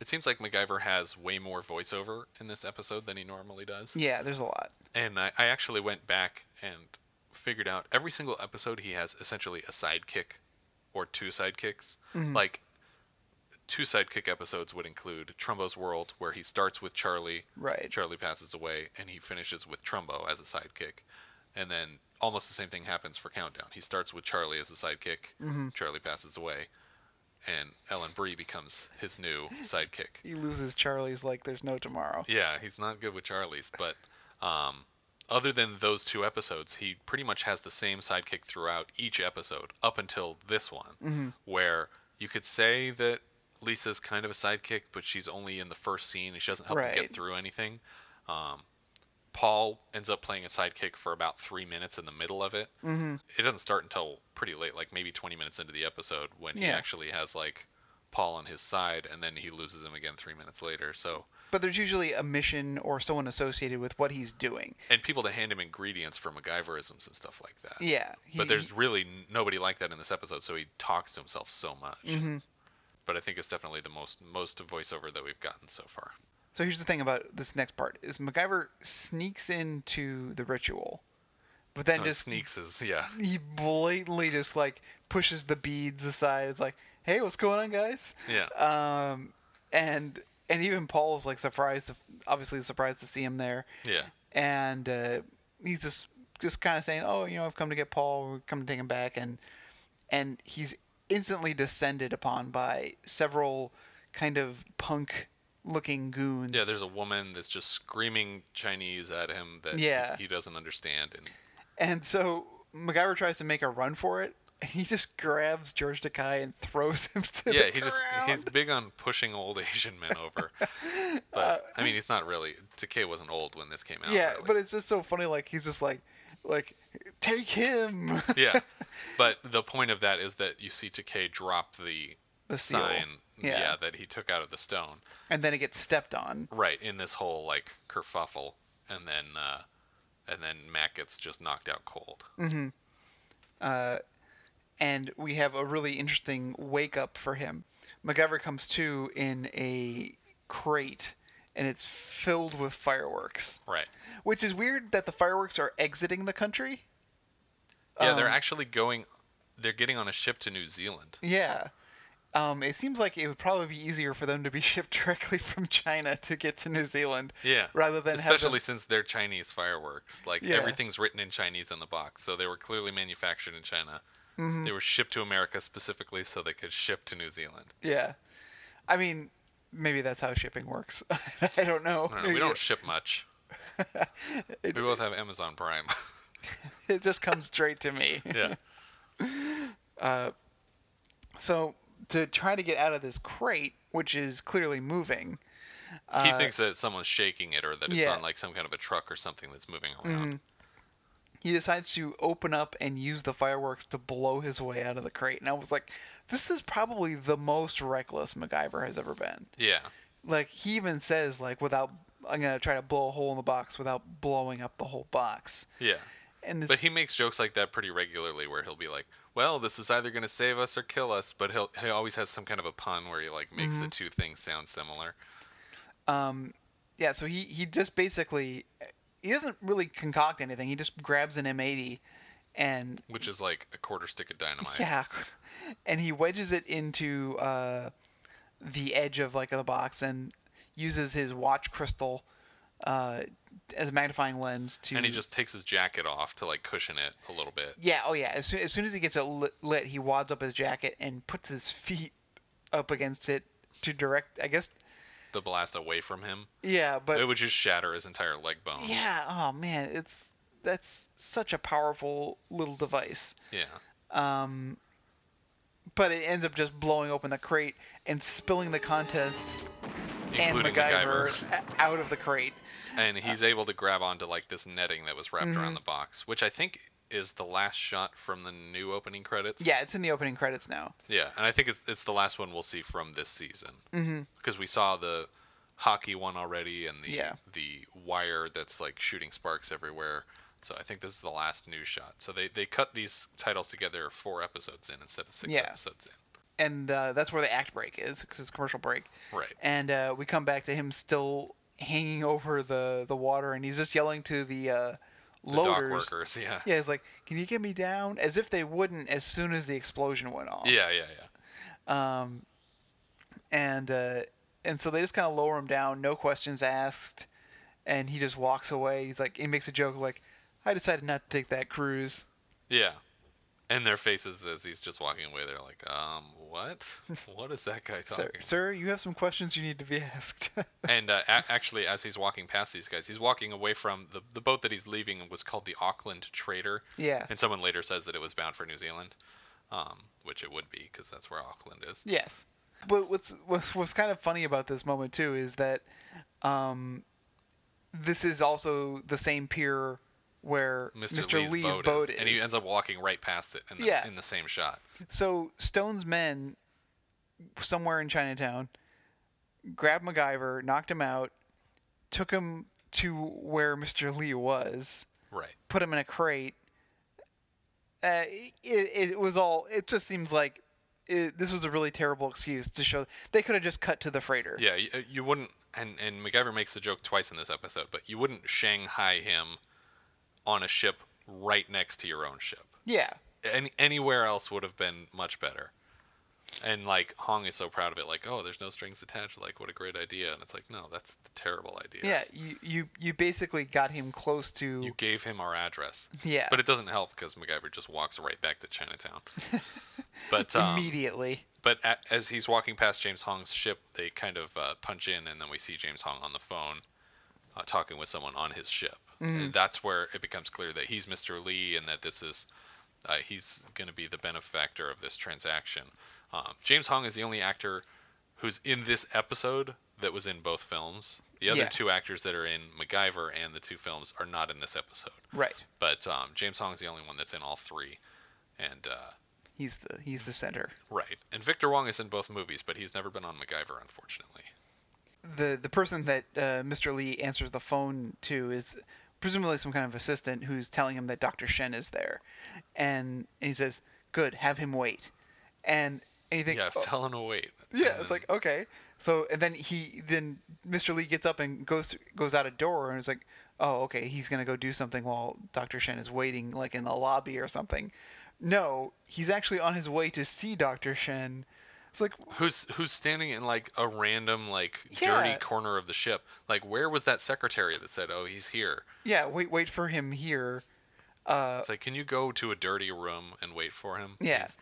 It seems like MacGyver has way more voiceover in this episode than he normally does. Yeah, there's a lot. And I, I actually went back and figured out every single episode he has essentially a sidekick or two sidekicks. Like two sidekick episodes would include Trumbo's World, where he starts with Charlie. Right. Charlie passes away, and he finishes with Trumbo as a sidekick. And then almost the same thing happens for Countdown. He starts with Charlie as a sidekick. Charlie passes away, and Ellen Bree becomes his new sidekick. He loses Charlie's like there's no tomorrow. Yeah, he's not good with Charlie's, but um, other than those two episodes, he pretty much has the same sidekick throughout each episode up until this one, Mm-hmm. where you could say that Lisa's kind of a sidekick, but she's only in the first scene and she doesn't help him Right. get through anything. Um, Paul ends up playing a sidekick for about three minutes in the middle of it. Mm-hmm. It doesn't start until pretty late, like maybe 20 minutes into the episode, when he Yeah. actually has like Paul on his side, and then he loses him again three minutes later. So. But there's usually a mission or someone associated with what he's doing. and people to hand him ingredients for MacGyverisms and stuff like that. Yeah. He, but there's really n- nobody like that in this episode, so he talks to himself so much. Mm-hmm. But I think it's definitely the most most voiceover that we've gotten so far. So here's the thing about this next part is MacGyver sneaks into the ritual, but then No, just Oh, sneaks is <laughs> yeah. he blatantly just like pushes the beads aside. It's like, hey, what's going on, guys? Yeah. Um, and and even Paul's like surprised, obviously surprised to see him there. Yeah. And uh, he's just just kind of saying, oh, you know, I've come to get Paul, we've come to take him back, and and he's instantly descended upon by several kind of punk looking goons. Yeah, there's a woman that's just screaming Chinese at him that Yeah. he doesn't understand and And so MacGyver tries to make a run for it. and He just grabs George Takai and throws him to yeah, <laughs> the he just ground. he's big on pushing old <laughs> Asian men <laughs> over. But I mean, he's not really. Takei wasn't old when this came out. Uh, yeah, really. but it's just so funny. Like he's just like, like take him. <laughs> yeah. But the point of that is that you see Takei drop the, The seal. sign, Yeah. that he took out of the stone, and then it gets stepped on. right in this whole like kerfuffle, and then uh, and then Mac gets just knocked out cold. Mm. and we have a really interesting wake up for him. McGever comes to in a crate, and it's filled with fireworks. Right. Which is weird that the fireworks are exiting the country. Yeah, Um, they're actually going. They're getting on a ship to New Zealand. Yeah. Um, it seems like it would probably be easier for them to be <laughs> shipped directly from China to get to New Zealand. Yeah. Rather than have especially them- since they're Chinese fireworks, like Yeah. everything's written in Chinese on the box, so they were clearly manufactured in China. Mm-hmm. They were shipped to America specifically so they could ship to New Zealand. Yeah. I mean, maybe that's how shipping works. <laughs> I don't know. I don't know, we don't ship <laughs> much. we both have Amazon Prime. It just comes straight to me. yeah. So to try to get out of this crate, which is clearly moving, <laughs> He thinks that someone's shaking it or that it's Uh, yeah. Mm-hmm. on like some kind of a truck or something that's moving around. he decides to open up and use the fireworks to blow his way out of the crate. And I was like, this is probably the most reckless MacGyver has ever been. Yeah. Like he even says, like without, I'm gonna try to blow a hole in the box without blowing up the whole box. Yeah. And But it's, he makes jokes like that pretty regularly where he'll be like, "Well, this is either going to save us or kill us," but he'll he always has some kind of a pun where he like makes Mm-hmm. the two things sound similar. yeah, so he he just basically he doesn't really concoct anything. He just grabs an M80 and which is like a quarter stick of dynamite. Yeah, <laughs> and he wedges it into uh, the edge of like the box and uses his watch crystal uh, as a magnifying lens to. And he just takes his jacket off to like cushion it a little bit. Yeah. Oh yeah. As soon as, soon as he gets it lit, lit, he wads up his jacket and puts his feet up against it to direct. I guess. The blast away from him. Yeah, but It would just shatter his entire leg bone. yeah. Oh man, it's that's such a powerful little device. Yeah. But it ends up just blowing open the crate and spilling the contents and Including MacGyver, MacGyver. a- out of the crate. and Uh, he's able to grab onto like this netting that was wrapped Mm-hmm. around the box, which I think is the last shot from the new opening credits. Yeah, it's in the opening credits now. Yeah, and I think it's it's the last one we'll see from this season mm-hmm. because we saw the hockey one already and the Yeah. the wire that's like shooting sparks everywhere. So I think this is the last new shot. So they they cut these titles together four episodes in instead of six Yeah. episodes in. and uh, that's where the act break is because it's a commercial break. Right. And uh, we come back to him still hanging over the the water, and he's just yelling to the uh, The dock loaders. workers, yeah. Yeah, he's like, "Can you get me down?" As if they wouldn't. As soon as the explosion went off. Yeah, yeah, yeah. And uh, and so they just kind of lower him down, no questions asked, and he just walks away. He's like, he makes a joke like, "I decided not to take that cruise." Yeah. And their faces as he's just walking away, they're like, um, <laughs> what? What is that guy Sir, talking? sir, you have some questions you need to be <laughs> asked. and uh, a- actually, as he's walking past these guys, he's walking away from the, the boat that he's leaving was called the Auckland Trader. Yeah. And someone later says that it was bound for New Zealand, um, which it would be because that's where Auckland is. Yes. But what's what's what's kind of funny about this moment too is that um, this is also the same pier where Mr. Lee's, boat, is. And he ends up walking right past it in the, Yeah. in the same shot. so Stone's men somewhere in Chinatown grabbed MacGyver, knocked him out, took him to where Mr. Lee was, Right. put him in a crate. Uh, it, it was all. It just seems like it, this was a really terrible excuse to show they could have just cut to the freighter. Yeah, you, you wouldn't, and and MacGyver makes the joke twice in this episode, but you wouldn't Shanghai him on a ship right next to your own ship. yeah. Any anywhere else would have been much better. And like Hong is so proud of it, like, oh, there's no strings attached, like what a great idea. And it's like, no, that's a terrible idea. Yeah, you, you you basically got him close to You gave him our address. <laughs> Yeah. But it doesn't help because MacGyver just walks right back to <laughs> Chinatown. but um, immediately. But a as he's walking past James Hong's ship, they kind of uh, punch in, and then we see James Hong on the phone uh, talking with someone on his ship. Mm-hmm. And that's where it becomes clear that he's Mr. Lee and that this is uh, he's going to be the benefactor of this transaction. Um, James Hong is the only actor who's in this episode that was in both films. The other Yeah. two actors that are in MacGyver and the two films are not in this episode. Right. But um, James Hong's the only one that's in all three. And uh, He's the he's the center. Right. And Victor Wong is in both movies, but he's never been on MacGyver, unfortunately. The the person that uh, Mr. Lee answers the phone to is presumably some kind of assistant who's telling him that Dr. Shen is there. And, and he says, "Good, have him wait." And and you think Yeah, "Oh, tell him to wait. Yeah, And it's then- like okay. So and then he then Mr. Lee gets up and goes goes out a door and it's like, oh okay, he's gonna go do something while Doctor Shen is waiting, like in the lobby or something. No, he's actually on his way to see Doctor Shen. It's like who's who's standing in like a random like Yeah. dirty corner of the ship. Like where was that secretary that said, "Oh, he's here?" yeah, wait wait for him here. It's like, "Can you go to a dirty room and wait for him?" Uh, Yeah. He's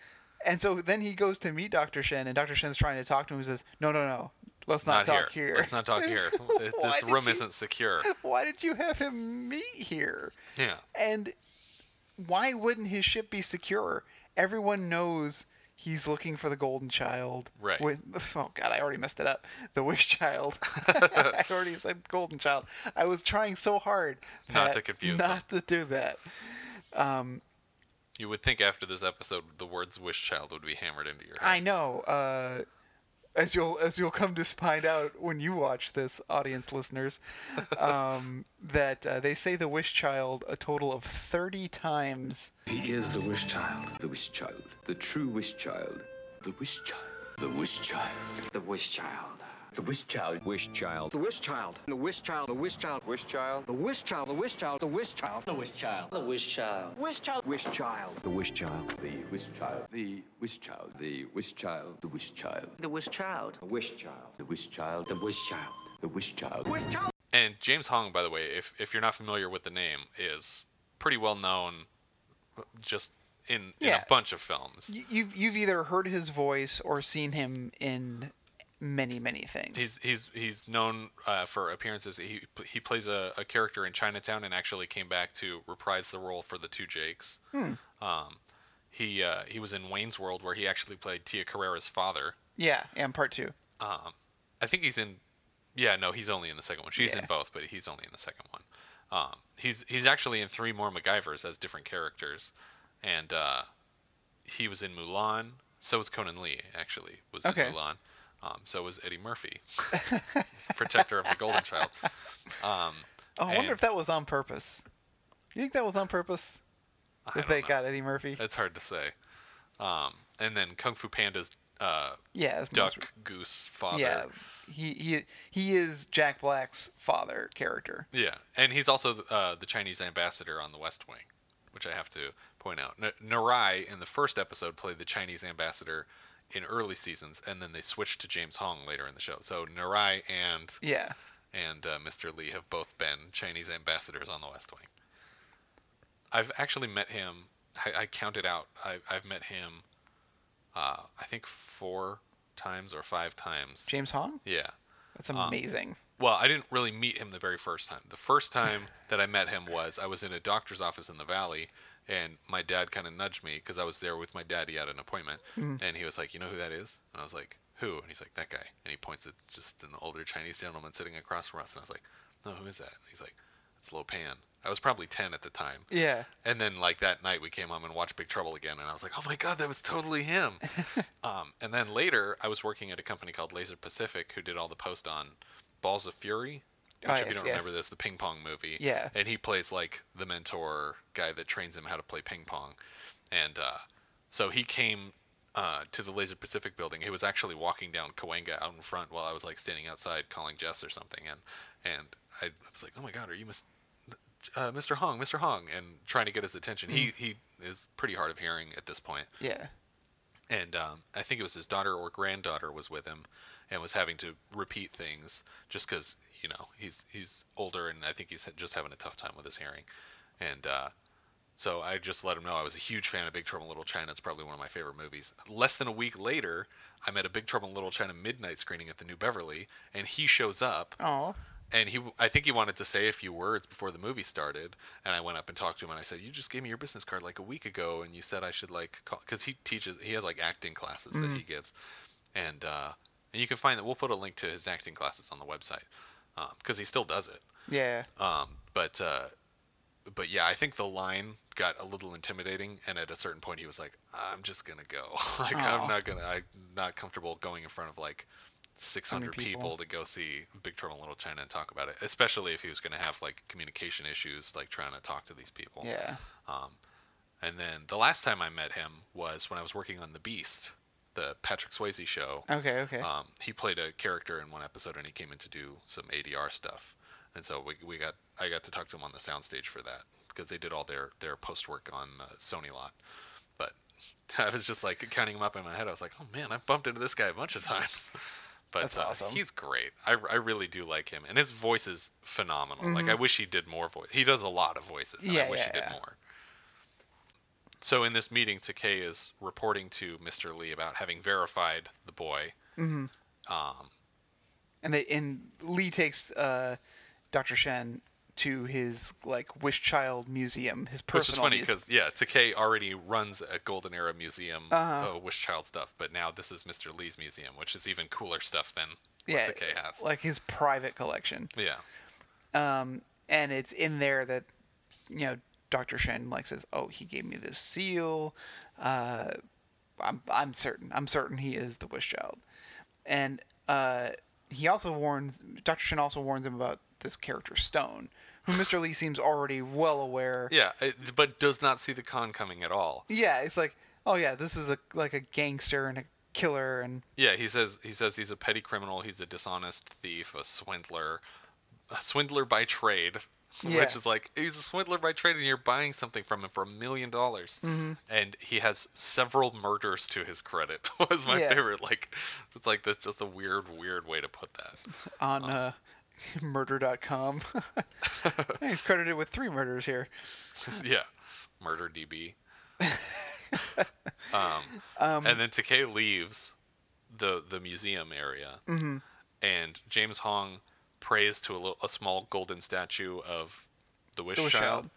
And so then he goes to meet Dr. Shen, and Dr. Shen's trying to talk to him. He says, "No, no, no, let's not not, talk here. here. Let's not talk here. Why this did room you- isn't secure. <laughs> Why did you have him meet here? Yeah. And why wouldn't his ship be secure? Everyone knows he's looking for the golden child. Right. With, oh god, I already messed it up. The wish child. <laughs> I already said golden child. I was trying so hard Not Pat, to confuse them. Not to do that. You would think after this episode the words wish child would be hammered into your head. I know. Uh, as you'll as you'll come to find out when you watch this, <laughs> audience listeners, um, that uh, they say the wish child a total of thirty times. He is the wish child. The wish child. The true wish child. The wish child. The wish child. The wish child. The wish child. Wish child. The wish child. The wish child. The wish child. Wish child. The wish child. The wish child. The wish child. The wish child. The wish child. Wish child. Wish child. The wish child. The wish child. The wish child. The wish child. The wish child. The wish child. The wish child. The wish child. The wish child. The wish child. Wish child. And James Hong, by the way, if if you're not familiar with the name, is pretty well known, just in, in Yeah. a bunch of films. Y- You've you've either heard his voice or seen him in many many things. He's he's he's known uh, for appearances. He he plays a, a character in Chinatown and actually came back to reprise the role for the two Jakes. Hmm. Um, he uh, he was in Wayne's World where he actually played Tia Carrera's father. yeah, and part two. I think he's in. Yeah, no, he's only in the second one. She's in Yeah. both, but he's only in the second one. Um, he's he's actually in three more MacGyvers as different characters, and uh, he was in Mulan. So was Conan Lee. Actually, was Okay. in Mulan. Um, so was Eddie Murphy, <laughs> protector of the Golden Child. Oh, I wonder And- if that was on purpose. You think that was on purpose? That don't they know. got Eddie Murphy. It's hard to say. Um, and then Kung Fu Panda's uh, Yeah, that's duck most- goose father. Yeah, he he he is Jack Black's father character. Yeah, and he's also uh, the Chinese ambassador on The West Wing, which I have to point out. N- Narai in the first episode played the Chinese ambassador in early seasons, and then they switched to James Hong later in the show. So Narai and Yeah, and uh, Mr. Lee have both been Chinese ambassadors on The West Wing. I've actually met him. I, I counted out. I, I've met him. Uh, I think four times or five times. James Hong. Yeah. Um, That's amazing. Well, I didn't really meet him the very first time. The first time that I met him was I was in a doctor's office in the valley, and my dad kind of nudged me because I was there with my daddy at an appointment, and he was like, "You know who that is?" And I was like, "Who?" And he's like, "That guy." And he points at just an older Chinese gentleman sitting across from us, and I was like, "No, who is that?" And he's like, "It's Lo Pan." I was probably ten at the time. yeah, And then like that night we came home and watched Big Trouble again, and I was like, oh my god, that was totally <laughs> him. um, and then later I was working at a company called Laser Pacific who did all the post on Balls of Fury. Which, Ah, if you yes, don't yes. remember this, the ping pong movie. Yeah. And he plays like the mentor guy that trains him how to play ping pong. And uh, so he came uh, to the Laser Pacific building. He was actually walking down Cahuenga out in front while I was like standing outside calling Jess or something. And and I, I was like, oh my god, are you Miss uh, Mr. Hong, Mr. Hong, and trying to get his attention. He he is pretty hard of hearing at this point, yeah, and um, I think it was his daughter or granddaughter was with him, and was having to repeat things just because you know he's he's older and I think he's just having a tough time with his hearing, and uh, so I just let him know I was a huge fan of Big Trouble in Little China. It's probably one of my favorite movies. Less than a week later, I'm at a Big Trouble in Little China midnight screening at the New Beverly, and he shows up Oh, and he i think he wanted to say a few words before the movie started and i went up and talked to him and i said you just gave me your business card like a week ago and you said i should like call because he teaches he has like acting classes that he gives and uh and you can find that we'll put a link to his acting classes on the website because he still does it yeah, um, but uh, but yeah, I think the line got a little intimidating, and at a certain point, he was like, "I'm just gonna go. <laughs> like, Aw. I'm not gonna. I'm not comfortable going in front of like 600 people. people. to go see Big Trouble in Little China and talk about it, especially if he was gonna have like communication issues, like trying to talk to these people. yeah. And then the last time I met him was when I was working on The Beast, the Patrick Swayze show. Okay, okay. Um, he played a character in one episode, and he came in to do some ADR stuff, and so we, we got I got to talk to him on the soundstage for that because they did all their their post work on the Sony lot. But <laughs> I was just like counting him up in my head. I was like, oh man, I've bumped into this guy a bunch of times. <laughs> But That's uh, awesome. he's great. I, I really do like him, and his voice is phenomenal. Like I wish he did more voice. He does a lot of voices, and I Mm-hmm. Yeah, wish he yeah, did yeah. more. So in this meeting, Takei is reporting to Mr. Lee about having verified the boy, and they and Lee takes uh, Doctor Shen to his like Wish Child Museum, his personal. Which is funny muse- because yeah, Takei already runs a Golden Era museum Uh-huh. uh, Wish Child stuff, but now this is Mr. Lee's museum, which is even cooler stuff than what yeah, Takei has. like his private collection, yeah, and it's in there that you know Doctor Shen like says, "Oh, he gave me this seal. Uh, I'm I'm certain. I'm certain he is the Wish Child," and uh, he also warns Doctor Shen also warns him about this character Stone, who Mister Lee seems already well aware. yeah, it, but does not see the con coming at all. Yeah, it's like, oh yeah, this is a like a gangster and a killer and Yeah, he says he says he's a petty criminal, he's a dishonest thief, a swindler, a swindler by trade, <laughs> Yeah. which is like he's a swindler by trade, and you're buying something from him for a million dollars, Mm-hmm. and he has several murders to his credit. <laughs> was my Yeah. favorite. Like it's like that's just a weird, weird way to put that. on uh, <laughs> <laughs> murder.com. Yeah, <laughs> He's credited with three murders here. <laughs> yeah, murder <laughs> DB. um, and then Takei leaves the the museum area, and James Hong prays to a, little, a small golden statue of the Wish, Wish Child.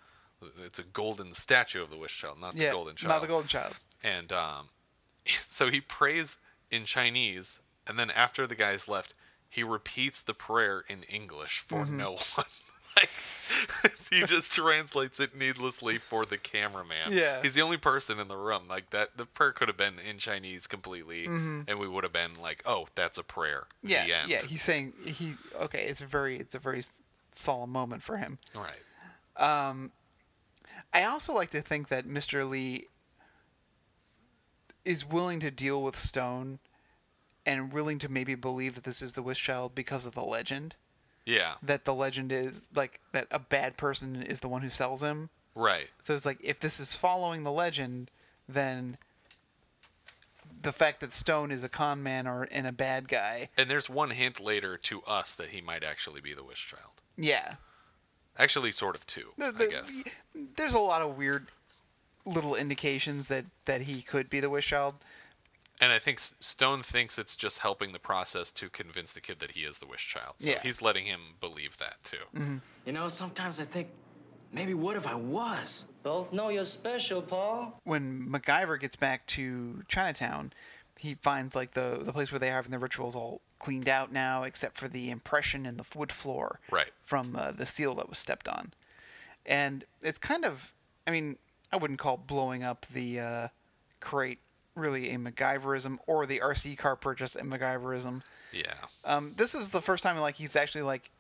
It's a golden statue of the Wish Child, not Yeah, the Golden Child. not the golden child. And um, <laughs> so he prays in Chinese, and then after the guy's left, he repeats the prayer in English for Mm-hmm. no <laughs> one. like he just translates it needlessly for the cameraman. Yeah. he's the only person in the room. Like that, the prayer could have been in Chinese completely, and we would have been like, "Oh, that's a prayer." Mm-hmm. Yeah, the end. yeah. He's saying he okay. It's a very it's a very solemn moment for him. right. I also like to think that Mr. Lee is willing to deal with Stone and willing to maybe believe that this is the wish child because of the legend Yeah. that the legend is like that a bad person is the one who sells him Right. so it's like if this is following the legend then the fact that stone is a con man or and a bad guy And there's one hint later to us that he might actually be the Wish Child. yeah Actually, sort of two, There- I there- guess. there's a lot of weird little indications that that he could be the wish child And I think S- Stone thinks it's just helping the process to convince the kid that he is the Wish Child. So Yeah. Mm-hmm. he's letting him believe that too. You know, sometimes I think, maybe what if I was? Both know you're special, Paul. when MacGyver gets back to Chinatown, he finds like the the place where they are having the rituals all cleaned out now, except for the impression in the wood floor Right. from uh, the seal that was stepped on, and it's kind of I mean I wouldn't call blowing up the uh, crate really a MacGyverism or the RC car purchase a MacGyverism. Yeah. Um, this is the first time like he's actually like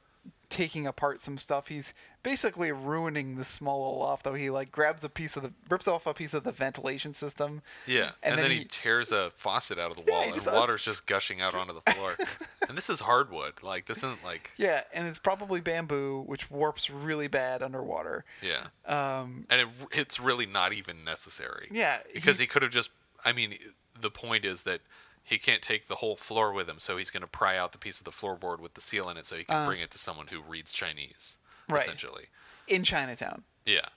taking apart some stuff. He's basically ruining the small little off though. He like grabs a piece of the rips off a piece of the ventilation system. Yeah, and, then, he, tears a faucet out of the Yeah, wall, he and just- water's just gushing <laughs> out onto the floor. and this is hardwood, like this isn't like yeah, and it's probably bamboo, which warps really bad underwater. yeah. Um, and it, it's really not even necessary. Yeah, because he- he, could have just. I mean, the point is that he can't take the whole floor with him, so he's going to pry out the piece of the floorboard with the seal in it, so he can bring it to someone who reads Chinese, Uh. Right. essentially. In Chinatown, Yeah.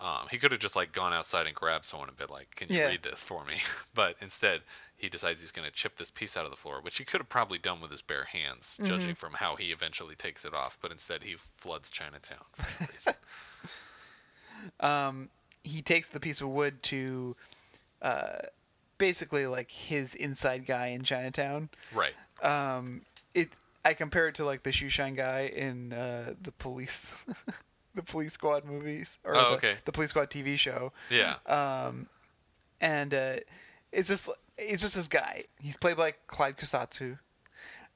Um, he could have just like gone outside and grabbed someone and been like, "Can you Yeah. read this for me?" <laughs> but instead, he decides he's going to chip this piece out of the floor, which he could have probably done with his bare hands, judging from how he eventually takes it off. But instead, he floods Chinatown for no reason. he takes the piece of wood to, uh, basically like his inside guy in Chinatown. right. It I compare it to like the shoe shine guy in uh, the police. <laughs> The police squad movies, or Oh, the- okay. the police squad TV show, Yeah. and uh, it's just it's just this guy. He's played by Clyde Kusatsu,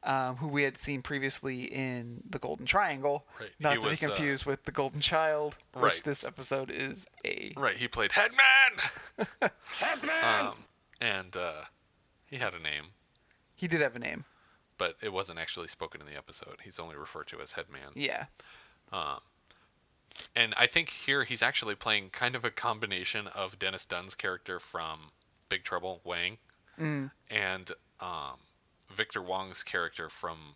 um, who we had seen previously in The Golden Triangle, Right, not he to was, be uh, confused with The Golden Child, which Right. this episode is a. right. He played Headman. Headman. Um, and uh, he had a name, He did have a name, but it wasn't actually spoken in the episode. He's only referred to as Headman. yeah, and I think here he's actually playing kind of a combination of Dennis Dunn's character from Big Trouble, Wang, and um, Victor Wong's character from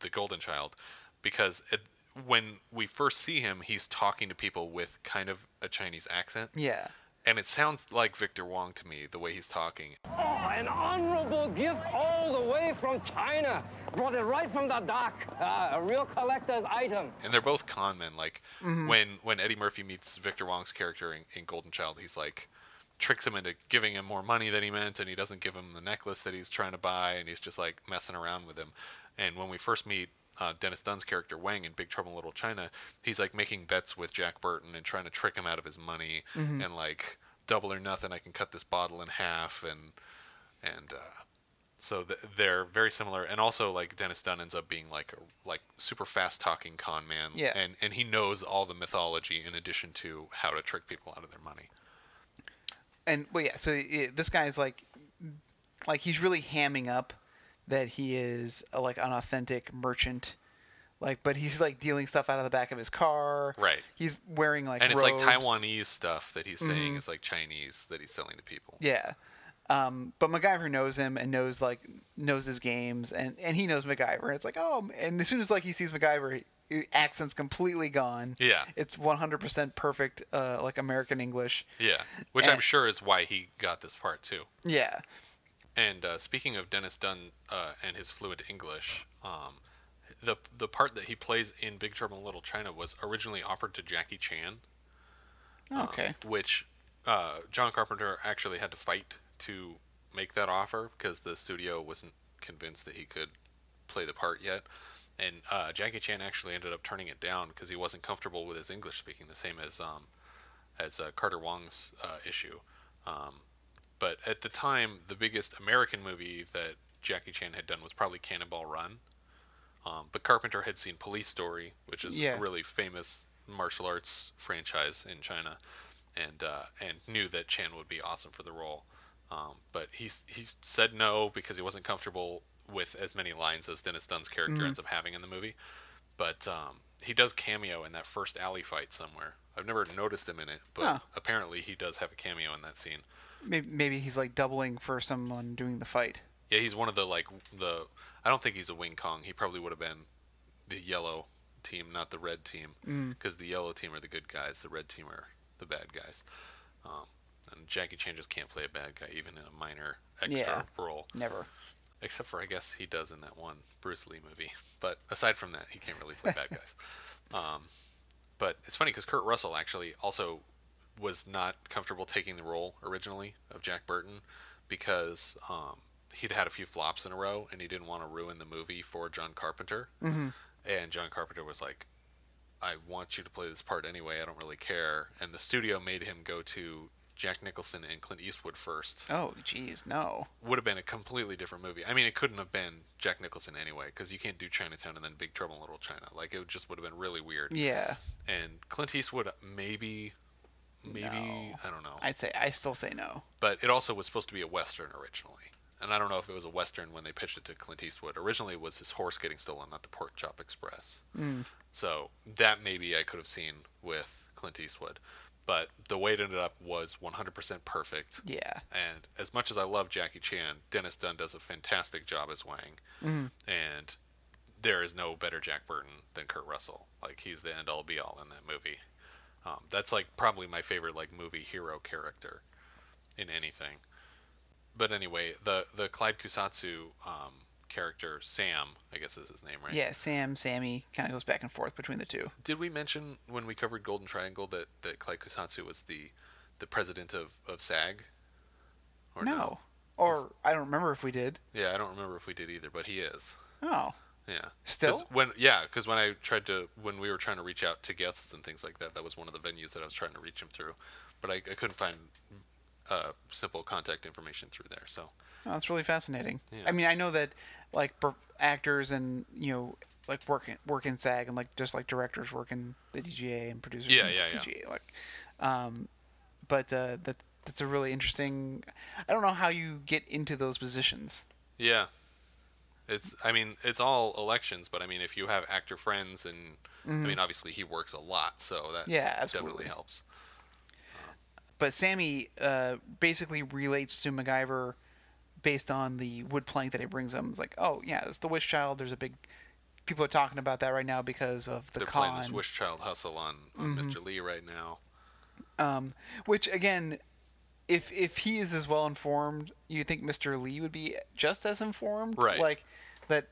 The Golden Child, because it, when we first see him, he's talking to people with kind of a Chinese accent, yeah. and it sounds like Victor Wong to me the way he's talking. Oh, An honorable gift all the way from China. Brought it right from the dock. Uh, a real collector's item. and they're both con men. Like when when Eddie Murphy meets Victor Wong's character in, in Golden Child, he's like tricks him into giving him more money than he meant, and he doesn't give him the necklace that he's trying to buy, and he's just like messing around with him. And when we first meet. Uh, Dennis Dunn's character Wang in Big Trouble in Little China, he's like making bets with Jack Burton and trying to trick him out of his money and like double or nothing. I can cut this bottle in half and and uh, so th- they're very similar, and also like Dennis Dunn ends up being like a like super fast talking con man, Yeah. and and he knows all the mythology in addition to how to trick people out of their money. and well, yeah. So i this guy is like, like he's really hamming up that he is uh, like an authentic merchant, like, but he's like dealing stuff out of the back of his car. Right. He's wearing like And it's like robes. Taiwanese stuff that he's Mm-hmm. saying is like Chinese that he's selling to people. Yeah. Um, but MacGyver knows him and knows like knows his games and and he knows MacGyver. It's like oh, and as soon as like he sees MacGyver, he- his accent's completely gone. Yeah. <laughs> it's one hundred percent perfect, uh, like American English. Yeah, which I'm And- sure is why he got this part too. Yeah, And uh, speaking of Dennis Dunn uh, and his fluent English, um, the the part that he plays in Big Trouble in Little China was originally offered to Jackie Chan. Oh. okay, which uh, John Carpenter actually had to fight to make that offer because the studio wasn't convinced that he could play the part yet. And uh, Jackie Chan actually ended up turning it down because he wasn't comfortable with his English speaking, the same as um, as uh, Carter Wong's uh, issue. Um, but at the time, the biggest American movie that Jackie Chan had done was probably Cannonball Run. Um, but Carpenter had seen Police Story, which is Yeah. a really famous martial arts franchise in China, and uh, and knew that Chan would be awesome for the role. Um, but he's he said no because he wasn't comfortable with as many lines as Dennis Dunn's character Mm. ends up having in the movie. But um, he does cameo in that first alley fight somewhere. I've never noticed him in it, but Huh. apparently he does have a cameo in that scene. Maybe, maybe he's like doubling for someone doing the fight. Yeah, he's one of the like the. I don't think he's a Wing Kong. He probably would have been the yellow team, not the red team, because the yellow team are the good guys, the red team are the bad guys. Um, and Jackie Chan just can't play a bad guy, even in a minor extra role. Never. Except for, I guess he does in that one Bruce Lee movie. <laughs> But aside from that, he can't really play bad guys. Um, but it's funny because Kurt Russell actually also was not comfortable taking the role originally of Jack Burton because um, he'd had a few flops in a row and he didn't want to ruin the movie for John Carpenter. And John Carpenter was like, I want you to play this part anyway. I don't really care. And the studio made him go to Jack Nicholson and Clint Eastwood first Oh, geez, no. would have been a completely different movie. I mean, it couldn't have been Jack Nicholson anyway, because you can't do Chinatown and then Big Trouble in Little China. Like it just would have been really weird. Yeah, And Clint Eastwood, maybe, maybe I don't know. I'd say I still say no. but it also was supposed to be a western originally, and I don't know if it was a western when they pitched it to Clint Eastwood. Originally, it was his horse getting stolen, not the Pork Chop Express. So that maybe I could have seen with Clint Eastwood. But the way it ended up was 100% perfect. Yeah. And as much as I love Jackie Chan, Dennis Dunn does a fantastic job as Wang. And there is no better Jack Burton than Kurt Russell. Like he's the end all be all in that movie. Um, that's like probably my favorite like movie hero character in anything. But anyway, the the Clyde Kusatsu um, character Sam, I guess is his name, right? Yeah, Sam, Sammy kind of goes back and forth between the two. Did we mention when we covered Golden Triangle that that Clyde Kusatsu was the the president of of SAG? Or no. Or I don't remember if we did. Yeah, I don't remember if we did either, but he is. Oh. Yeah. 'Cause Still? When yeah, because when I tried to when we were trying to reach out to guests and things like that, that was one of the venues that I was trying to reach him through, but I, I couldn't find uh, simple contact information through there. So Oh, that's really fascinating. Yeah. I mean, I know that like per- actors and you know like work in- work in SAG and like just like directors work in the DGA and producers. Yeah, in yeah, yeah. PGA, Like, um, but uh, that that's a really interesting. I don't know how you get into those positions. Yeah. It's I mean, it's all elections, but I mean if you have actor friends and I mean obviously he works a lot, so that Mm-hmm. Yeah, definitely absolutely. helps. But Sammy uh, basically relates to MacGyver based on the wood plank that he brings him. It's like, oh yeah, it's the Wish Child. There's a big. People are talking about that right now because of the They're con. Mm-hmm. playing this Wish Child hustle on, on Mr. Lee right now. Which again, if if he is as well informed, you think Mr. Lee would be just as informed, Right. Like that.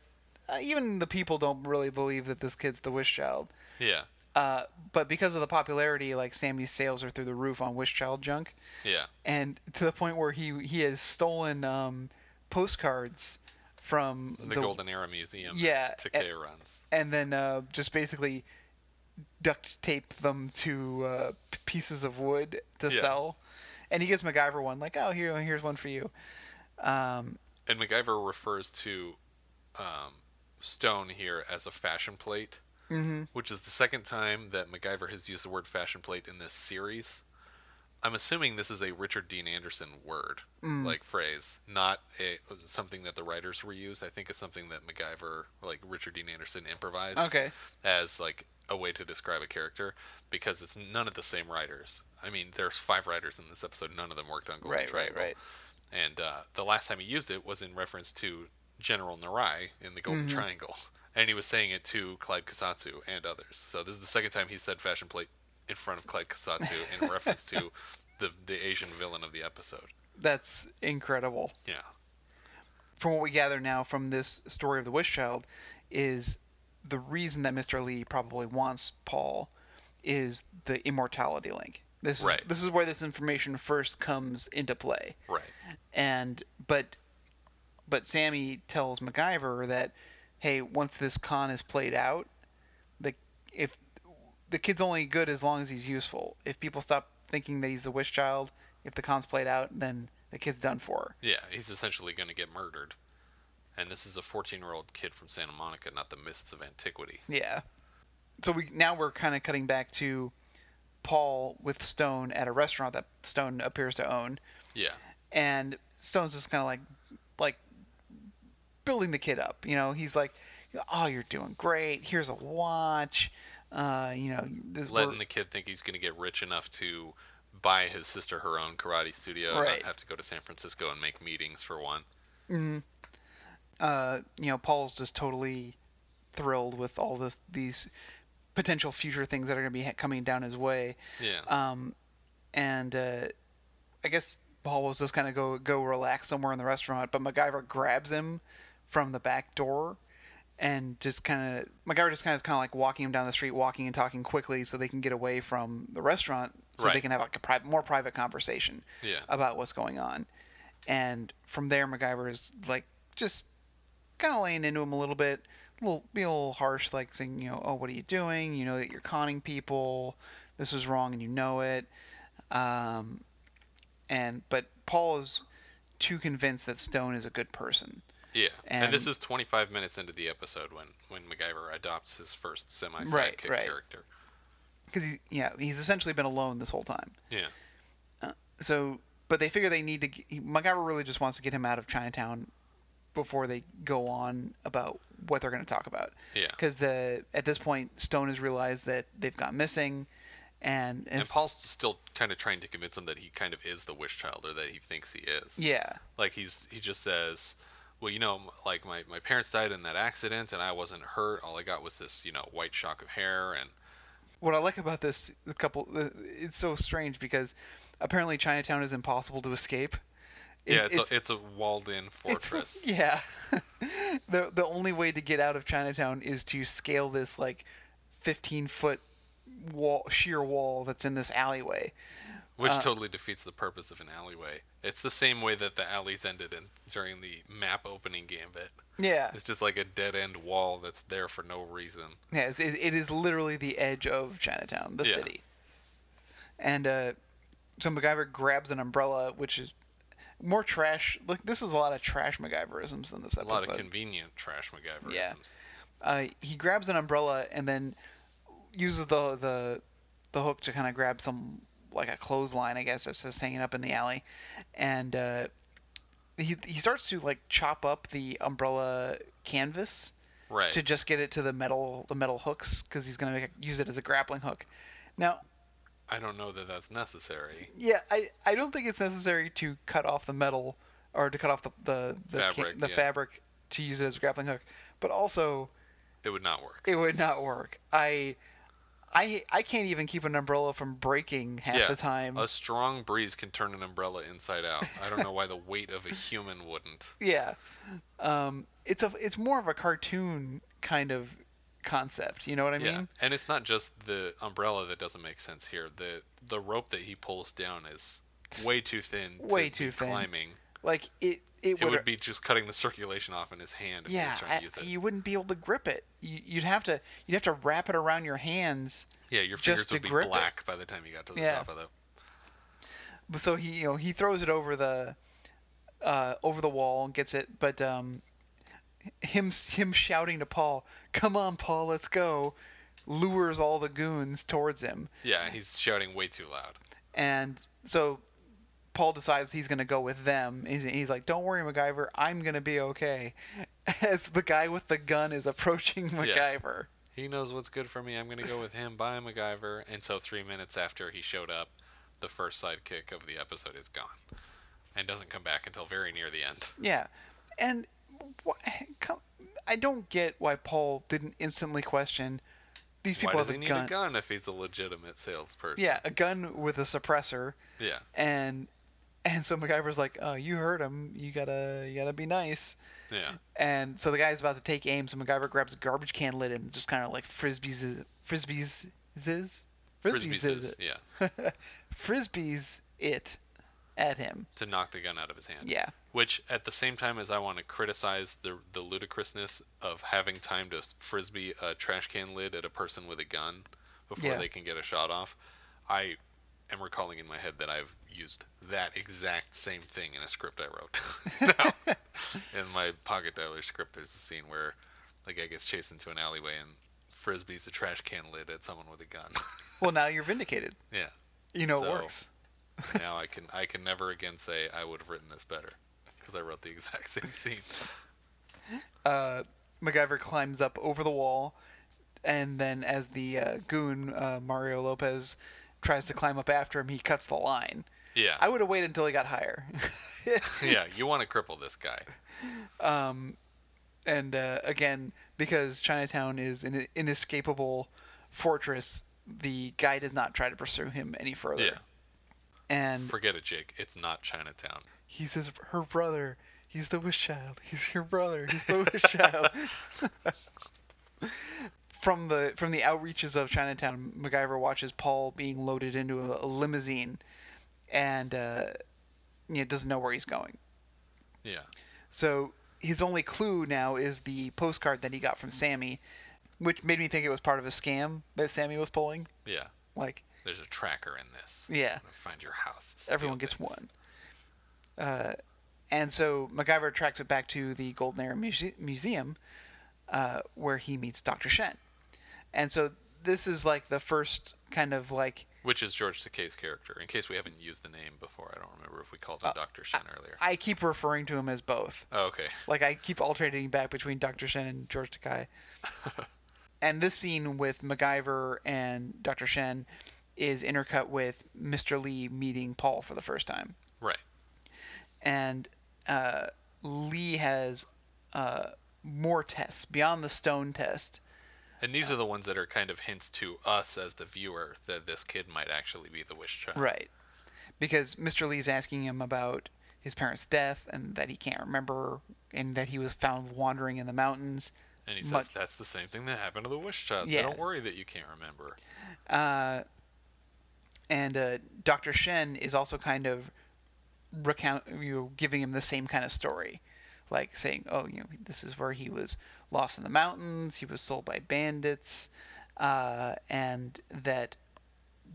Uh, even the people don't really believe that this kid's the Wish Child. Yeah. Uh, but because of the popularity, like Sammy's sales are through the roof on Wish Child junk, Yeah. and to the point where he he has stolen um, postcards from The, Golden Era Museum Yeah, eh to and- K runs. and then uh, just basically duct tape them to uh, p- pieces of wood to Yeah. sell. And he gives MacGyver one, like, oh, here, here's one for you. And MacGyver refers to um, stone here as a fashion plate, mm-hmm. which is the second time that MacGyver has used the word fashion plate in this series. I'm assuming this is a Richard Dean Anderson word, Mm. like phrase, not a something that the writers reused. I think it's something that MacGyver, like Richard Dean Anderson, improvised Okay. as like a way to describe a character because it's none of the same writers. I mean, there's five writers in this episode. None of them worked on Golden Right, right, Triangle. right. And uh, the last time he used it was in reference to General Narai in the Golden Mm-hmm. Triangle, <laughs> and he was saying it to Clyde Kasatsu and others. So this is the second time he said "fashion plate" in front of Clyde Kasatsu <laughs> in reference to the the Asian villain of the episode. That's incredible. Yeah, From what we gather now from this story of the Wish Child, is the reason that Mr. Lee probably wants Paul is the immortality link. This is, Right. this is where this information first comes into play. right. and but but Sammy tells MacGyver that hey, once this con is played out, the if the kid's only good as long as he's useful. If people stop thinking that he's the wish child, if the con's played out, then the kid's done for. Yeah, he's essentially going to get murdered. And this is a 14-year-old kid from Santa Monica, not the mists of antiquity. Yeah. So we now we're kind of cutting back to Paul with Stone at a restaurant that Stone appears to own. Yeah. and Stone's just kind of like like building the kid up. You know, he's like, "Oh, you're doing great. Here's a watch." Uh, you know, this, we're- letting the kid think he's going to get rich enough to buy his sister her own karate studio and Right. not have to go to San Francisco and make meetings for one. uh, you know, Paul's just totally thrilled with all this these potential future things that are going to be ha- coming down his way. Yeah. Um, and uh, I guess Paul was just kind of go go relax somewhere in the restaurant, but MacGyver grabs him from the back door and just kind of MacGyver just kind of kind of like walking him down the street, walking and talking quickly so they can get away from the restaurant, so they Right. can have like a private, more private conversation Yeah. about what's going on. And from there, MacGyver is like just kind of laying into him a little bit, a little, being a little harsh, like saying, you know, oh, what are you doing? You know that you're conning people. This is wrong, and you know it. Um, and but Paul is too convinced that Stone is a good person. yeah. And, this and- is 25 minutes into the episode when, when MacGyver adopts his first semi sidekick Right, right. character. because he, yeah, he's essentially been alone this whole time. Yeah. So, but they figure they need to. g- He, MacGyver really just wants to get him out of Chinatown before they go on about what they're going to talk about. Yeah. Because the at this point, Stone has realized that they've gone missing, and And it's- Paul's still kind of trying to convince him that he kind of is the wish child or that he thinks he is. yeah, Like he's he just says, well, you know, m- like my, my parents died in that accident and I wasn't hurt. All I got was this, you know, white shock of hair and what I like about this couple, it's so strange because apparently Chinatown is impossible to escape. It- yeah, it's, a, it's a walled-in fortress. <laughs> Yeah. the the only way to get out of Chinatown is to scale this like 15 foot wall sheer wall that's in this alleyway. Which totally defeats the purpose of an alleyway. It's the same way that the alleys ended in during the map opening gambit. Yeah. It's just like a dead end wall that's there for no reason. Yeah, it's, it, it is literally the edge of Chinatown, the Yeah. city. And uh, so MacGyver grabs an umbrella, which is more trash. Look, this is a lot of trash MacGyverisms in this A episode. lot of convenient trash MacGyverisms. Yeah. uh, he grabs an umbrella and then uses the the the hook to kind of grab some like a clothesline, I guess, that's just hanging up in the alley, and uh, he he starts to like chop up the umbrella canvas Right. to just get it to the metal the metal hooks because he's gonna make a, use it as a grappling hook. Now, I don't know that that's necessary. yeah, I I don't think it's necessary to cut off the metal or to cut off the the the, ca- Fabric, the yeah. fabric to use it as a grappling hook, but also It would not work. it would not work. I, I, I can't even keep an umbrella from breaking half yeah. the time. A strong breeze can turn an umbrella inside out. I don't know why the weight of a <laughs> human wouldn't. Yeah, um, it's a, it's more of a cartoon kind of concept. You know what I Yeah. mean? And it's not just the umbrella that doesn't make sense here. The the rope that he pulls down is way too thin. to way be too thin. Climbing. Like it, it, It would be just cutting the circulation off in his hand if he Yeah, was trying I, to use it. you wouldn't be able to grip it. You, you'd have to, you'd have to wrap it around your hands. Yeah, your just fingers to would be grip it. black by the time you got to the Yeah. top of the. But so he you know he throws it over the uh, over the wall and gets it but um, him him shouting to paul come on paul let's go lures all the goons towards him Yeah, he's shouting way too loud. and so paul decides he's going to go with them he's, he's like don't worry macgyver i'm going to be okay <laughs> as the guy with the gun is approaching macgyver He knows what's good for me. I'm gonna go with him. Bye, MacGyver. And so three minutes after he showed up, the first sidekick of the episode is gone, and doesn't come back until very near the end. Yeah, and wha come, I don't get why Paul didn't instantly question these people Why have does he a need gun. a gun if he's a legitimate salesperson? Yeah, a gun with a suppressor, Yeah. and and so MacGyver's like, "Oh, you heard him. You gotta you gotta be nice." Yeah. And so the guy's about to take aim, so MacGyver grabs a garbage can lid and just kind of like frisbees it- frisbees ziz Frisbee frisbees says, it- yeah, frisbees it at him. to knock the gun out of his hand. Yeah. Which, at the same time as I want to criticize the the ludicrousness of having time to frisbee a trash can lid at a person with a gun before Yeah. they can get a shot off, I am recalling in my head that I've used that exact same thing in a script I wrote. <laughs> <laughs> Now, in my pocket dialer script, there's a scene where the guy gets chased into an alleyway and frisbees a trash can lid at someone with a gun. <laughs> Well, now you're vindicated. yeah. You know So- it works. now I can I can never again say I would have written this better because I wrote the <laughs> exact same scene. MacGyver climbs up over the wall, and then as the uh, goon uh, Mario Lopez tries to climb up after him, he cuts the line. Yeah. I would have waited until he got higher. <laughs> yeah, you want to cripple this guy. and uh, again, because Chinatown is an inescapable fortress, the guy does not try to pursue him any further. Yeah. And Forget it, Jake. It's not Chinatown. he's his her brother. He's the wish child. He's your brother. He's the wish child. <laughs> from the from the outreaches of Chinatown, MacGyver watches Paul being loaded into a, a limousine, and uh, you know, doesn't know where he's going. Yeah. So his only clue now is the postcard that he got from Sammy, which made me think it was part of a scam that Sammy was pulling. Yeah. Like There's a tracker in this. Yeah. I'm gonna Find your house. steal everyone gets things. one. Uh, and so MacGyver tracks it back to the Golden Era Muse- Museum, uh, where he meets Doctor Shen. And so this is like the first kind of like Which is George Takei's character. In case we haven't used the name before, I don't remember if we called him Dr. Shen earlier. Uh, I keep referring to him as both. oh, okay. Like I keep alternating back between Dr. Shen and George Takai. and this scene with MacGyver and Dr. Shen is intercut with Mr. Lee meeting Paul for the first time. Right. And uh, Lee has uh, more tests beyond the stone test. And these are the ones that are kind of hints to us as the viewer that this kid might actually be the wish child. Right. Because Mr. Lee's asking him about his parents' death and that he can't remember and that he was found wandering in the mountains. And he says Much- that's the same thing that happened to the wish child. So Yeah. don't worry that you can't remember. and uh, Dr. Shen is also kind of recount you know, giving him the same kind of story, like saying, "Oh, you know, this is where he was lost in the mountains. He was sold by bandits, uh, and that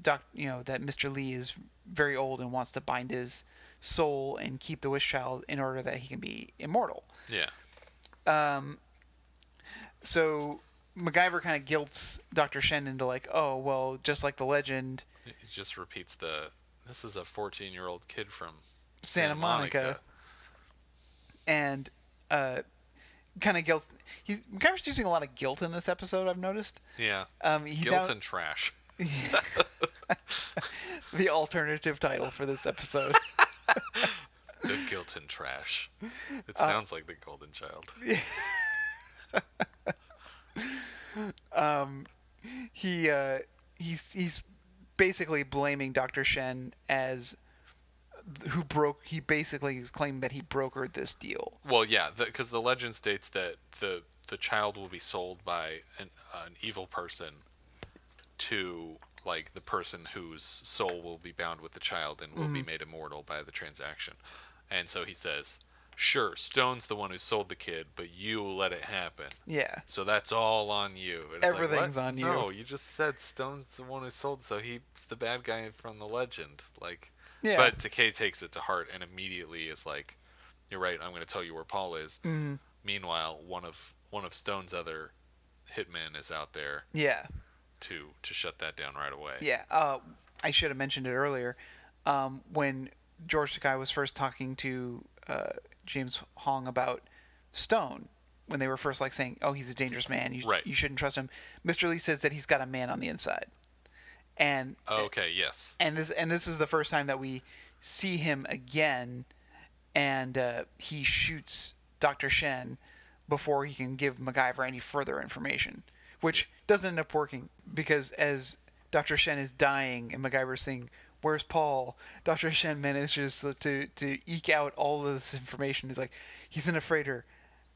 doc, you know, that Mr. Lee is very old and wants to bind his soul and keep the wish child in order that he can be immortal." Yeah. So MacGyver kind of guilts Dr. Shen into like, "Oh, well, just like the legend." It it just repeats the this is a 14 year old kid from Santa Monica. and uh, kind of guilt. He's MacGyver's using a lot of guilt in this episode. I've noticed. Yeah. Um, he Guilt down- and trash. The alternative title for this episode. The guilt and <laughs> trash. It Uh, sounds like the golden child. he uh, he's he's basically blaming Doctor Shen as th- who broke. He basically is claiming that he brokered this deal. Well, yeah, because the, legend states that the the child will be sold by an, an evil person to like the person whose soul will be bound with the child and will be made immortal by the transaction. And so he says, "Sure, Stone's the one who sold the kid, but you let it happen." Yeah. So that's all on you. And it's like, what? Everything's on you. No, you just said Stone's the one who sold, so he's the bad guy from the legend. Like, Yeah. But Takei takes it to heart and immediately is like, "You're right. I'm going to tell you where Paul is." Mm-hmm. Meanwhile, one of one of Stone's other hitmen is out there Yeah. to to shut that down right away. Yeah, uh, I should have mentioned it earlier. Um, when George Takai was first talking to uh, James Hong about Stone, when they were first like saying, "Oh, he's a dangerous man. You, Right. you shouldn't trust him." Mr. Lee says that he's got a man on the inside, and Okay. Yes. and this and this is the first time that we see him again, and uh, he shoots Doctor Shen before he can give MacGyver any further information, which doesn't end up working because as Doctor Shen is dying and MacGyver's saying, "Where's Paul?" Doctor Shen manages to to eke out all of this information. He's like, "He's in a freighter,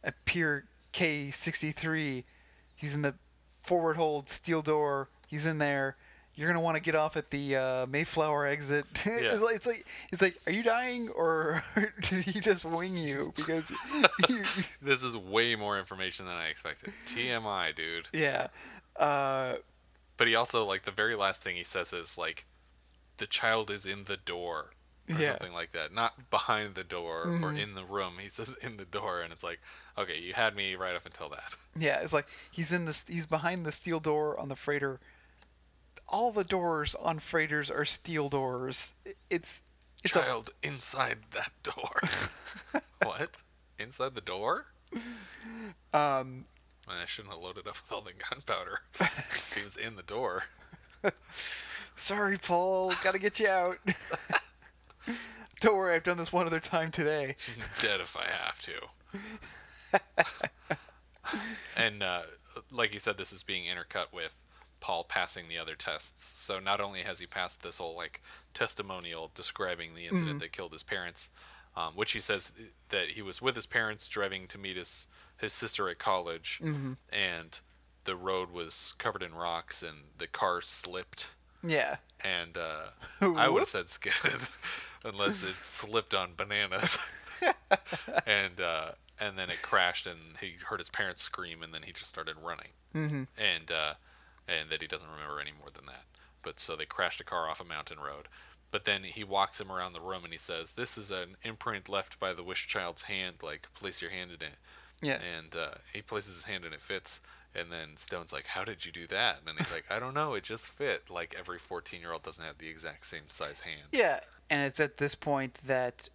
a Pier K sixty three. He's in the forward hold, steel door. He's in there." you're gonna want to get off at the uh, Mayflower exit. <laughs> Yeah. it's, like, it's like it's like, are you dying or <laughs> did he just wing you? Because <laughs> you, This is way more information than I <laughs> expected. TMI, dude. yeah, uh, But he also like the very last thing he says is like, "The child is in the door." Or Yeah. Mm-hmm. something like that. Not behind the door or in the room. He says in the door, and it's like, okay, you had me right up until that. yeah. It's like he's in this. He's behind the steel door on the freighter. all the doors on freighters are steel doors. It's <laughs> it's a, Child inside that <laughs> door. what? Inside the door? Um. I shouldn't have loaded up with all the gunpowder. <laughs> he was in the door. sorry, Paul, gotta get you out. <laughs> Don't worry, I've done this one other time today. dead if I have to. and uh, like you said, this is being intercut with Paul passing the other tests. So not only has he passed this whole like testimonial describing the incident that killed his parents, um, which he says that he was with his parents driving to meet his his sister at college, and the road was covered in rocks and the car slipped Yeah. and uh, I would have said skidded <laughs> unless it slipped on bananas. and uh, and then it crashed, and he heard his parents scream, and then he just started running. Mm-hmm. And uh, and that he doesn't remember any more than that. But so they crashed a car off a mountain road. But then he walks him around the room, and he says, "This is an imprint left by the wish child's hand. Like place your hand in it." Yeah. And uh, he places his hand and it fits. And then Stone's like, "How did you do that?" And then he's like, "I don't know. It just fit." Like every fourteen-year-old doesn't have the exact same size hand. Yeah. And it's at this point that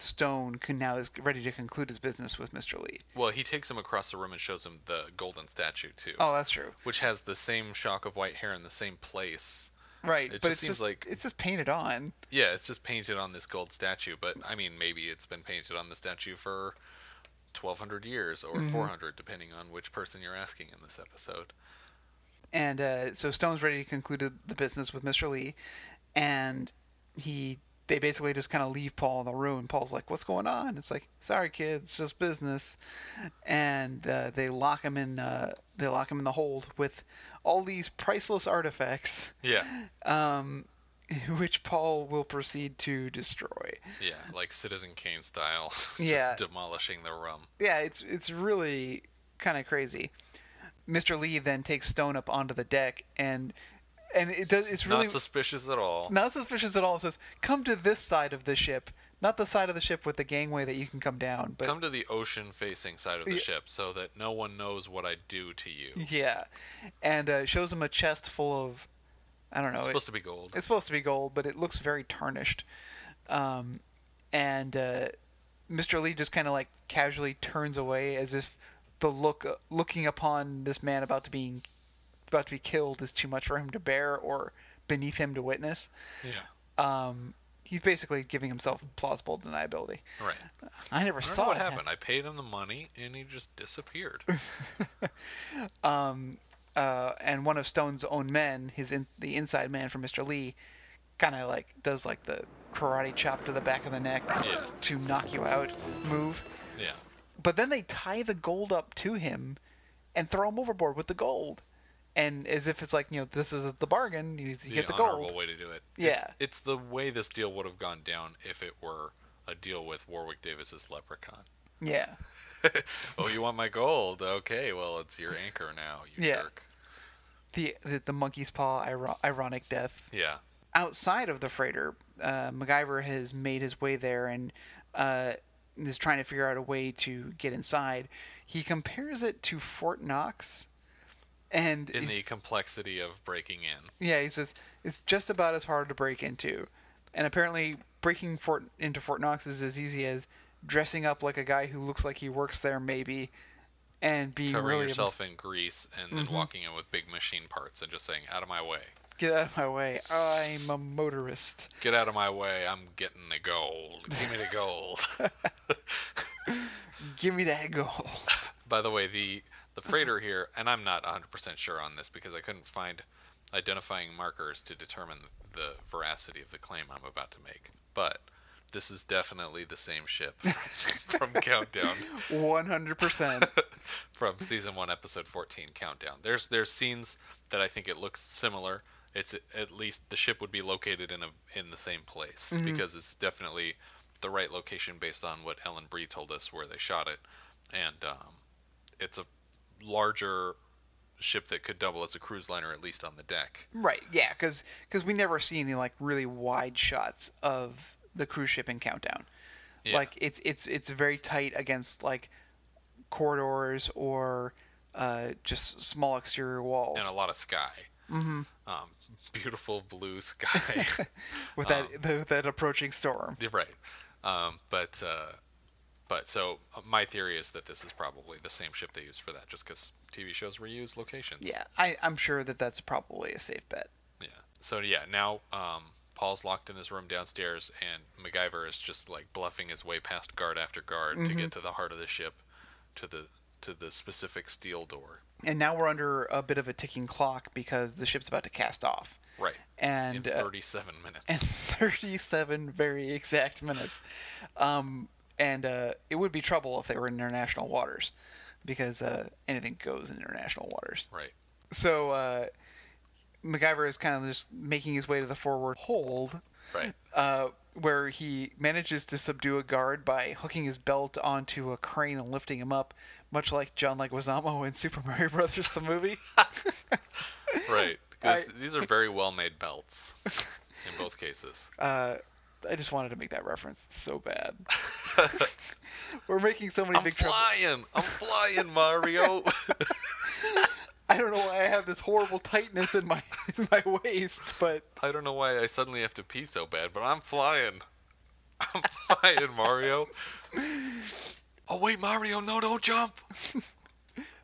Stone can now is ready to conclude his business with Mr. Lee. Well, he takes him across the room and shows him the golden statue too, Oh, that's true. which has the same shock of white hair in the same place. Right. It but just it's seems just like- it's just painted on. Yeah, it's just painted on this gold statue, but I mean, maybe it's been painted on the statue for 1200 years or Mm-hmm. 400 depending on which person you're asking in this episode. And uh, so Stone's ready to conclude the- the business with Mr. Lee, and he they basically just kind of leave Paul in the room. And Paul's like, "What's going on?" It's like, "Sorry, kid, it's just business." And uh, they lock him in. Uh, they lock him in the hold with all these priceless artifacts, <laughs> Yeah. which Paul will proceed to destroy. Yeah, like Citizen Kane style, <laughs> just Yeah. demolishing the room. yeah, it's it's really kind of crazy. Mr. Lee then takes Stone up onto the deck and and it does it's really Not suspicious at all. not suspicious at all. It says, "Come to this side of the ship, not the side of the ship with the gangway that you can come down." But Come to the ocean facing side of the Yeah. ship so that no one knows what I do to you. It's yeah, and uh, shows him a chest full of I don't know. it- supposed to be gold. It's supposed to be gold, but it looks very tarnished. Um, and uh, Mr. Lee just kind of like casually turns away, as if the look uh, looking upon this man about to being about to be killed is too much for him to bear or beneath him to witness. Um, yeah. He's basically giving himself plausible deniability. Right. I never I don't saw know what it happen. happened. I paid him the money and he just disappeared. <laughs> uh, and one of Stone's own men, his in, the inside man from Mr. Lee, kind of like does like the karate chop to the back of the neck Yeah. to knock you out move. yeah. But then they tie the gold up to him and throw him overboard with the gold. And as if it's like, you know, this is the bargain, you, you The get the honorable gold. way to do it. It's, Yeah. it's the way this deal would have gone down if it were a deal with Warwick Davis's <laughs> Leprechaun. Yeah. oh, you want my gold? Okay, well, it's your anchor now, you Yeah. jerk. The, the the monkey's paw iro- ironic death. Yeah. Outside of the freighter, uh, MacGyver has made his way there and uh, is trying to figure out a way to get inside. He compares it to Fort Knox, and In he's- the complexity of breaking in. Yeah, he says it's just about as hard to break into, and apparently breaking Fort into Fort Knox is as easy as dressing up like a guy who looks like he works there, maybe, and being covering really yourself in grease and then walking in with big machine parts and just saying, "Out of my way, get out of my way. I'm a motorist. get out of my way! I'm getting the gold. Give me the gold." <laughs> Give me <laughs> that goal. By the way, the the freighter here, and I'm not 100% sure on this because I couldn't find identifying markers to determine the veracity of the claim I'm about to make, but. This is definitely the same ship <laughs> from Countdown, One hundred percent. from season one, episode fourteen, Countdown. There's there's scenes that I think it looks similar. It's at least the ship would be located in a in the same place because it's definitely the right location based on what Ellen Bree told us where they shot it, and um, it's a larger ship that could double as a cruise liner at least on the deck. Right? Yeah, because we never see any like really wide shots of the cruise ship in Countdown. Yeah. Like it's it's it's very tight against like corridors or uh, just small exterior walls. and a lot of sky. Um, beautiful blue sky. with that the, that <laughs> approaching storm. You're right. Um, but uh, but so uh, my theory is that this is probably the same ship they used for that, just because TV shows reuse locations. Yeah, I, I'm sure that that's probably a safe bet. Yeah. So yeah, now um, Paul's locked in his room downstairs, and MacGyver is just like bluffing his way past guard after guard Mm-hmm. to get to the heart of the ship, to the to the specific steel door. And now we're under a bit of a ticking clock because the ship's about to cast off. Right. And in uh, 37 minutes. <laughs> 37 very exact minutes. Um, and uh, it would be trouble if they were in international waters because uh, anything goes in international waters. right. So uh, MacGyver is kind of just making his way to the forward hold, Right. uh, where he manages to subdue a guard by hooking his belt onto a crane and lifting him up, much like John Leguizamo in Super Mario Brothers the movie. right. 'Cause <laughs> I- these are very well made belts in both <laughs> cases. I just wanted to make that reference so bad. <laughs> We're making so many I'm big trouble. flying. I'm flying, Mario. <laughs> I don't know why I have this horrible tightness in my <laughs> in my waist, but I don't know why I suddenly have to pee so bad, but I'm flying. <laughs> I'm flying, Mario. Oh wait, Mario, no, don't jump.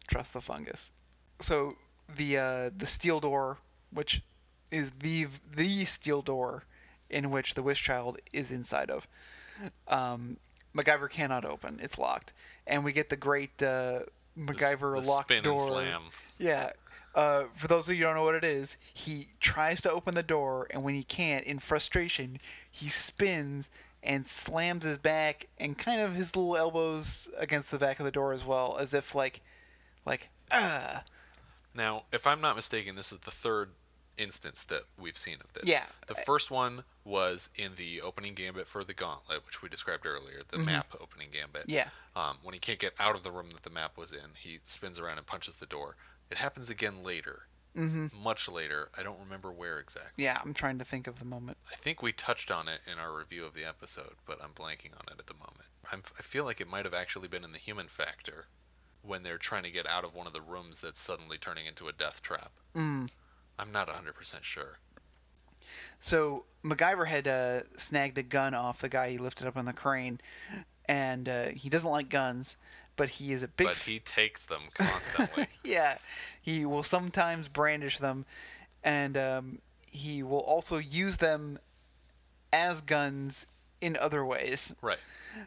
trust the fungus. So the uh, the steel door, which is the the steel door in which the wish child is inside of, um, MacGyver cannot open. It's locked, and we get the great uh, MacGyver the locked spin and door. slam. Yeah. Uh, for those of you who don't know what it is, he tries to open the door, and when he can't, in frustration, he spins and slams his back and kind of his little elbows against the back of the door as well, as if like, like ah, Now, if I'm not mistaken, this is the third instance that we've seen of this. Yeah. The first one was in the opening gambit for the gauntlet, which we described earlier, the map opening gambit. Mm-hmm. Yeah. Um, when he can't get out of the room that the map was in, he spins around and punches the door. It happens again later. Mm-hmm. Much later. I don't remember where exactly. yeah. I'm trying to think of the moment. I think we touched on it in our review of the episode, but I'm blanking on it at the moment. I'm, I feel like it might have actually been in the human factor when they're trying to get out of one of the rooms that's suddenly turning into a death trap. Mm. I'm not 100% sure. <laughs> So MacGyver had uh, snagged a gun off the guy he lifted up on the crane, and uh, he doesn't like guns, but he is a big But he takes them <laughs> constantly. yeah, he will sometimes brandish them, and um, he will also use them as guns in other ways. right.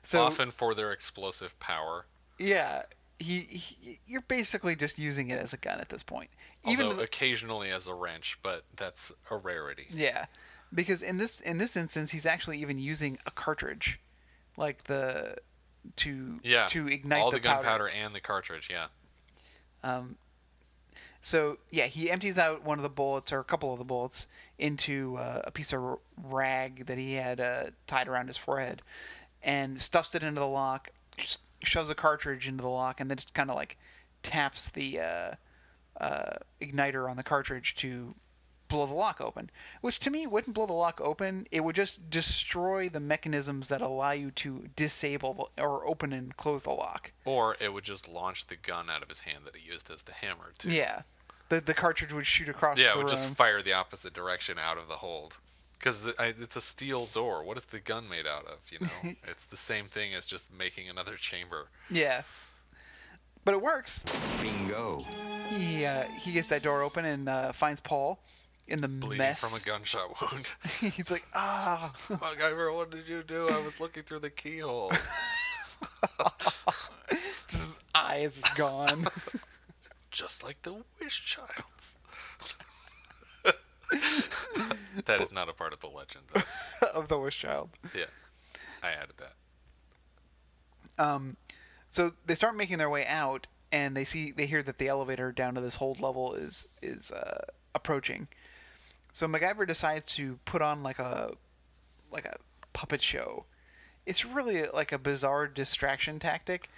So- Often for their explosive power. Yeah, he, he you're basically just using it as a gun at this point. Even although th- occasionally as a wrench, but that's a rarity. yeah, because in this in this instance, he's actually even using a cartridge, like the to Yeah. to ignite all the, the, gunpowder and the cartridge, yeah. So yeah, he empties out one of the bullets or a couple of the bullets into uh, a piece of rag that he had uh, tied around his forehead, and stuffs it into the lock. sh- Shoves a cartridge into the lock, and then just kind of like taps the uh, uh, igniter on the cartridge to blow the lock open. Which to me wouldn't blow the lock open. It would just destroy the mechanisms that allow you to disable or open and close the lock. Or it would just launch the gun out of his hand that he used as the hammer, too. Yeah. The, the cartridge would shoot across Yeah, the it would room. just fire the opposite direction out of the hold. Because it's a steel door. What is the gun made out of? You know, it's the same thing as just making another chamber. Yeah. But it works. Bingo. He uh, he gets that door open and uh, finds Paul in the Bleeding mess. from a gunshot wound. <laughs> <laughs> He's like, ah, MacGyver, what did you do? I was looking through the keyhole. his eye is gone. <laughs> Just like the Wish Childs. <laughs> that is not a part of the legend. That's, of the wish child. yeah. I added that. So they start making their way out, and they see they hear that the elevator down to this hold level is is uh, approaching. So MacGyver decides to put on like a like a puppet show. It's really like a bizarre distraction tactic.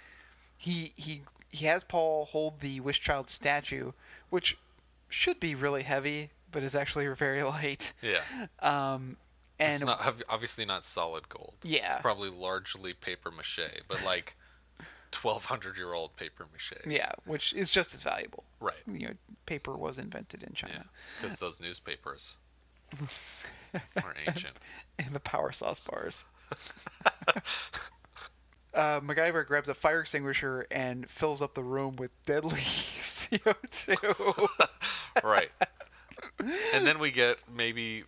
He he he has Paul hold the wish child statue, which should be really heavy, but is actually <laughs> very light. Yeah. Um, And It's not ob- obviously not solid gold. Yeah. It's probably largely paper mache, but like 1,200 year old paper mache. Yeah, which is just as valuable. Right. You know, paper was invented in Yeah. China, Because those <laughs> newspapers are ancient. and the power sauce bars. <laughs> uh, MacGyver grabs a fire extinguisher and fills up the room with deadly <laughs> CO2. Right. And then we get maybe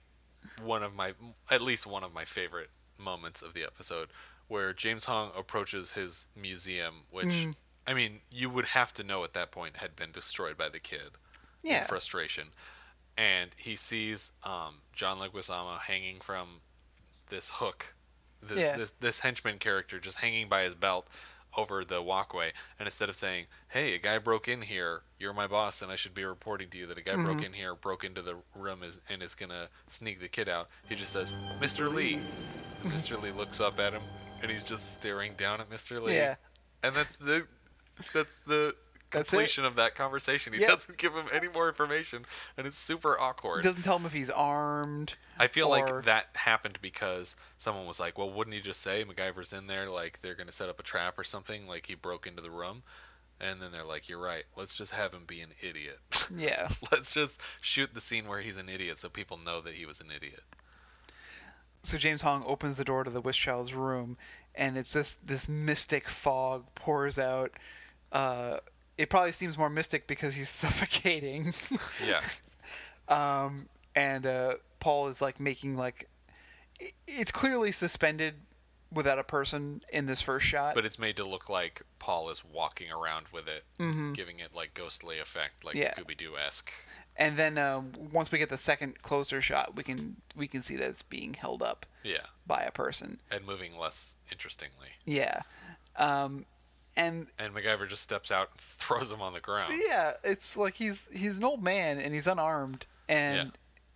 one of my, at least one of my favorite moments of the episode where James Hong approaches his museum, which, I mean, you would have to know at that point had been destroyed by the kid. in yeah. frustration. And he sees um, John Leguizamo hanging from this hook, the, Yeah. this, this henchman character just hanging by his belt over the walkway. And instead of saying, "Hey, a guy broke in here. You're my boss, and I should be reporting to you that a guy Mm-hmm. broke in here, broke into the room, is, and is gonna sneak the kid out," he just says, "Mr. Lee." Mm-hmm. And Mr. Lee looks up at him, and he's just staring down at Mr. Lee. Yeah. And that's the that's the That's it. completion of that conversation. He Yeah. doesn't give him any more information, and it's super awkward. Doesn't tell him if he's armed. I feel or- like that happened because someone was like, "Well, wouldn't he just say MacGyver's in there? Like they're gonna set up a trap or something? Like he broke into the room." And then they're like, "You're right. Let's just have him be an idiot. <laughs> Yeah. Let's just shoot the scene where he's an idiot, so people know that he was an idiot." so James Hong opens the door to the wish child's room, and it's just this mystic fog pours out. Uh, it probably seems more mystic because he's <laughs> suffocating, Yeah, um, and uh, Paul is like making like i- it's clearly suspended without a person in this first shot. but it's made to look like Paul is walking around with it, giving it like ghostly effect, like Mm-hmm. Yeah. Scooby Doo esque. and then um, once we get the second closer shot, we can we can see that it's being held up Yeah, by a person. and moving less interestingly. Yeah, um, and And MacGyver just steps out and <laughs> throws him on the ground. Yeah, it's like he's he's an old man and he's unarmed, and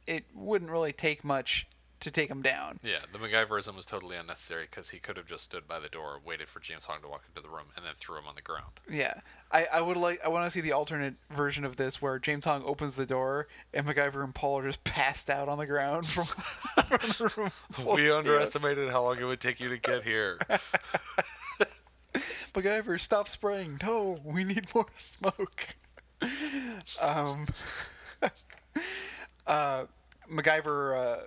it wouldn't really take much to take him down. Yeah, the MacGyverism was totally unnecessary because he could have just stood by the door, waited for James Hong to walk into the room, and then threw him on the ground. Yeah, I, I would like I want to see the alternate version of this where James Hong opens the door and MacGyver and Paul are just passed out on the ground <laughs> from, from the room. full we of underestimated how long it would take you to get here. CO. MacGyver, stop spraying. No, we need more smoke. <laughs> um, <laughs> uh, MacGyver uh,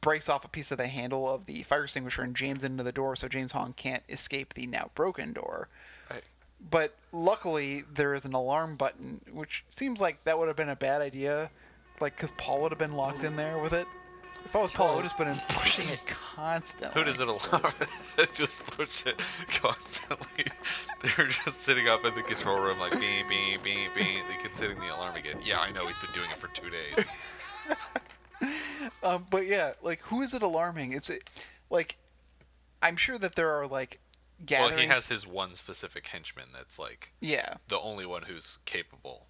breaks off a piece of the handle of the fire extinguisher and jams it into the door so James Hong can't escape the now broken door. Right. But luckily, there is an alarm button, which seems like that would have been a bad idea, like because Paul would have been locked in there with it. If I was Paul, I would have just been pushing it constantly. Who does it alarm? <laughs> just push it constantly. <laughs> they were just sitting up in the control room, like beep, beep, beep, beep. They kept hitting the alarm again. Yeah, I know he's been doing it for two days. Um, but yeah, like who is it alarming? It's it, like I'm sure that there are like well, gatherings. he has his one specific henchman that's like yeah. the only one who's capable.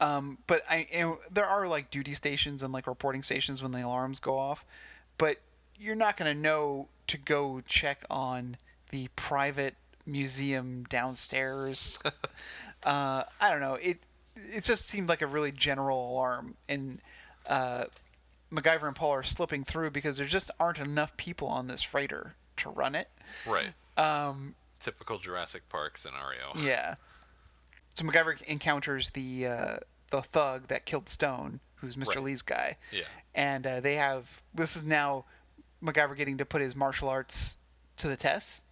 Um, but I you know, there are like duty stations and like reporting stations when the alarms go off, but you're not gonna know to go check on the private museum downstairs. uh, I don't know. It it just seemed like a really general alarm, and uh, MacGyver and Paul are slipping through because there just aren't enough people on this freighter to run it. Right. Typical Jurassic Park scenario. Yeah. So MacGyver encounters the uh, the thug that killed Stone, who's Mr. Right. Lee's guy. Yeah. And uh, they have this is now MacGyver getting to put his martial arts to the test.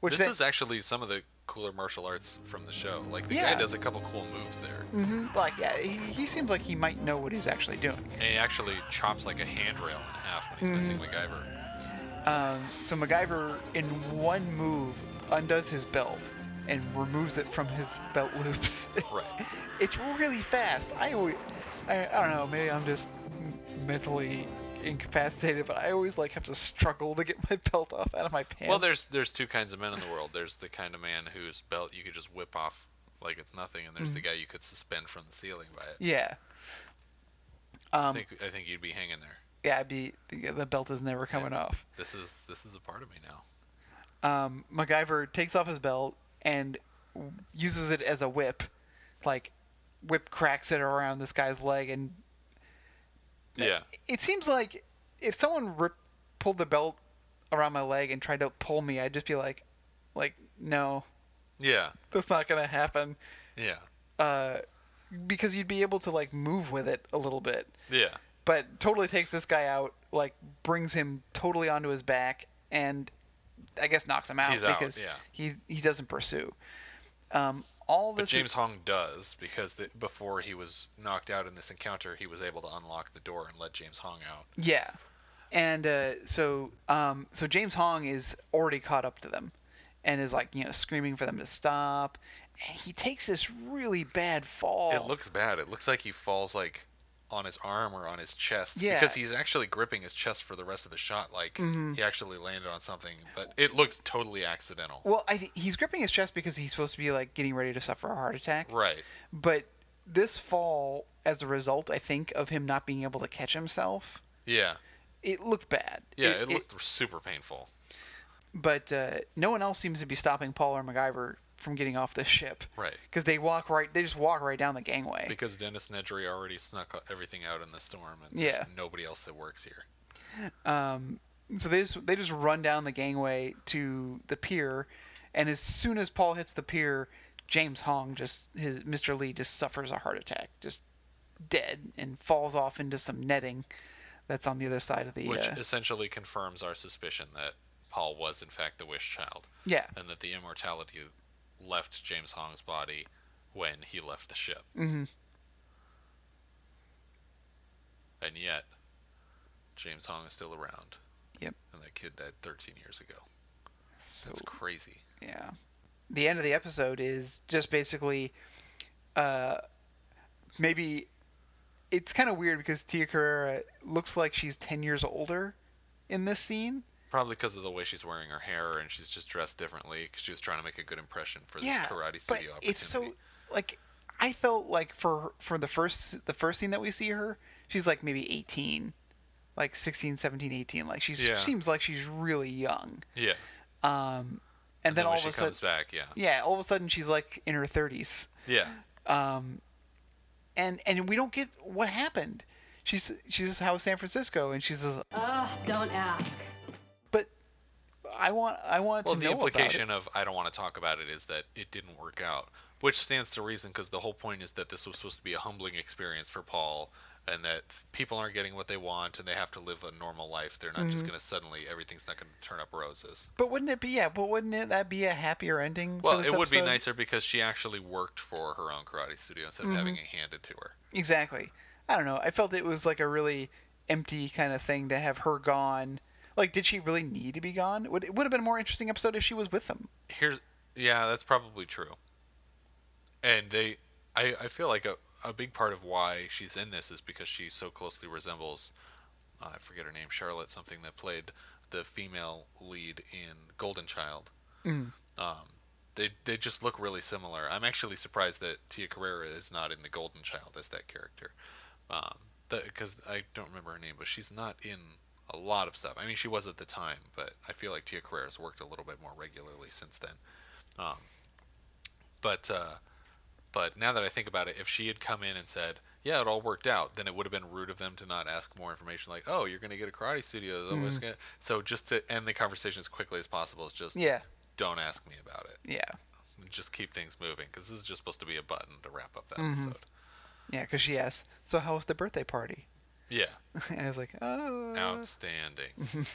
Which This they, is actually some of the cooler martial arts from the show. Like the Yeah. guy does a couple cool moves there. like yeah, he, he seems like he might know what he's actually doing. And he actually chops like a handrail in half when he's Mm-hmm. missing MacGyver. So MacGyver in one move undoes his belt and removes it from his belt loops. <laughs> Right. it's really fast. I always, I, I don't know. Maybe I'm just m- mentally incapacitated, but I always like have to struggle to get my <laughs> belt off out of my pants. Well, there's there's two kinds of men in the world. There's the kind of man whose belt you could just whip off like it's nothing, and there's Mm-hmm. the guy you could suspend from the ceiling by it. yeah, Um, I think I think you'd be hanging there. yeah. I'd be the, the belt is never coming off. This is this is a part of me now. Um, MacGyver takes off his belt and w- uses it as a whip, like whip cracks it around this guy's leg, and Yeah. it seems like if someone rip, pulled the belt around my leg and tried to pull me, I'd just be like, like no, Yeah. That's not gonna happen Yeah. because you'd be able to like move with it a little bit. Yeah. But totally takes this guy out, like brings him totally onto his back, and I guess knocks him out He's out, because yeah. he he doesn't pursue. Um, all But this James Hong does because the, before he was knocked out in this encounter, he was able to unlock the door and let James Hong out. Yeah, and uh, so um, so James Hong is already caught up to them, and is like you know screaming for them to stop. And he takes this really bad fall. It looks bad. It looks like he falls like on his arm or on his chest Yeah. because he's actually gripping his chest for the rest of the shot. Like he actually landed on something, but it looks totally accidental. well. I th- he's gripping his chest because he's supposed to be like getting ready to suffer a heart attack. Right. But this fall, as a result, I think of him not being able to catch himself, Yeah. it looked bad. Yeah. It, looked super painful. but uh, no one else seems to be stopping Paul or MacGyver from getting off this ship. Right. Because they walk right. They just walk right down the gangway. Because Dennis Nedry already snuck e-, everything out in the storm, and there's Yeah. nobody else that works here. so they just they just run down the gangway to the pier, and as soon as Paul hits the pier, James Hong just his Mr. Lee just suffers a heart attack, just dead, and falls off into some netting that's on the other side of the. which uh, essentially confirms our suspicion that Paul was in fact the wish child. Yeah. And that the immortality left James Hong's body when he left the ship. Mm-hmm. And yet, James Hong is still around, yep. and that kid died 13 years ago. So That's crazy. yeah, the end of the episode is just basically, uh, maybe it's kind of weird because Tia Carrera looks like she's ten years older in this scene. Probably because of the way she's wearing her hair, and she's just dressed differently because she was trying to make a good impression for this karate studio opportunity. but it's so like I felt like for for the first the first scene that we see her, she's like maybe 18, like 16, 17, 18. Like she's Yeah. seems like she's really young. yeah. And, then, Then all when of she a sudden, comes back, yeah, yeah, all of a sudden she's like in her 30s. yeah, And and we don't get what happened. She's she's how San Francisco and she's just, Don't ask. but I want I want Well, to the know implication of I don't want to talk about it is that it didn't work out, which stands to reason because the whole point is that this was supposed to be a humbling experience for Paul and that people aren't getting what they want and they have to live a normal life. They're not Mm-hmm. just going to suddenly, everything's not going to turn up roses. But wouldn't it be yeah? But wouldn't it, that be a happier ending? for Well, this it would be episode? nicer because she actually worked for her own karate studio instead of Mm-hmm. having it handed to her. Exactly. I don't know. I felt it was like a really empty kind of thing to have her gone. Like, did she really need to be gone? Would it would have been a more interesting episode if she was with them. Here's, yeah, that's probably true. And they, I, I feel like a, a big part of why she's in this is because she so closely resembles uh, I forget her name, Charlotte something that played the female lead in Golden Child. Um, they they just look really similar. I'm actually surprised that Tia Carrera is not in the Golden Child as that character, because I don't remember her name, but she's not in a lot of stuff. I mean, she was at the time, but I feel like Tia Carrera's worked a little bit more regularly since then. Um, but uh, but now that I think about it, if she had come in and said, "Yeah, it all worked out," then it would have been rude of them to not ask more information. Like, "Oh, you're going to get a karate studio." though, it's gonna-" So just to end the conversation as quickly as possible is just Yeah. Don't ask me about it. Yeah. Just keep things moving because this is just supposed to be a button to wrap up that Mm-hmm. episode. Yeah, because she asked, "So how was the birthday party?" <laughs> Yeah. and I was like, "Oh, <laughs> Outstanding.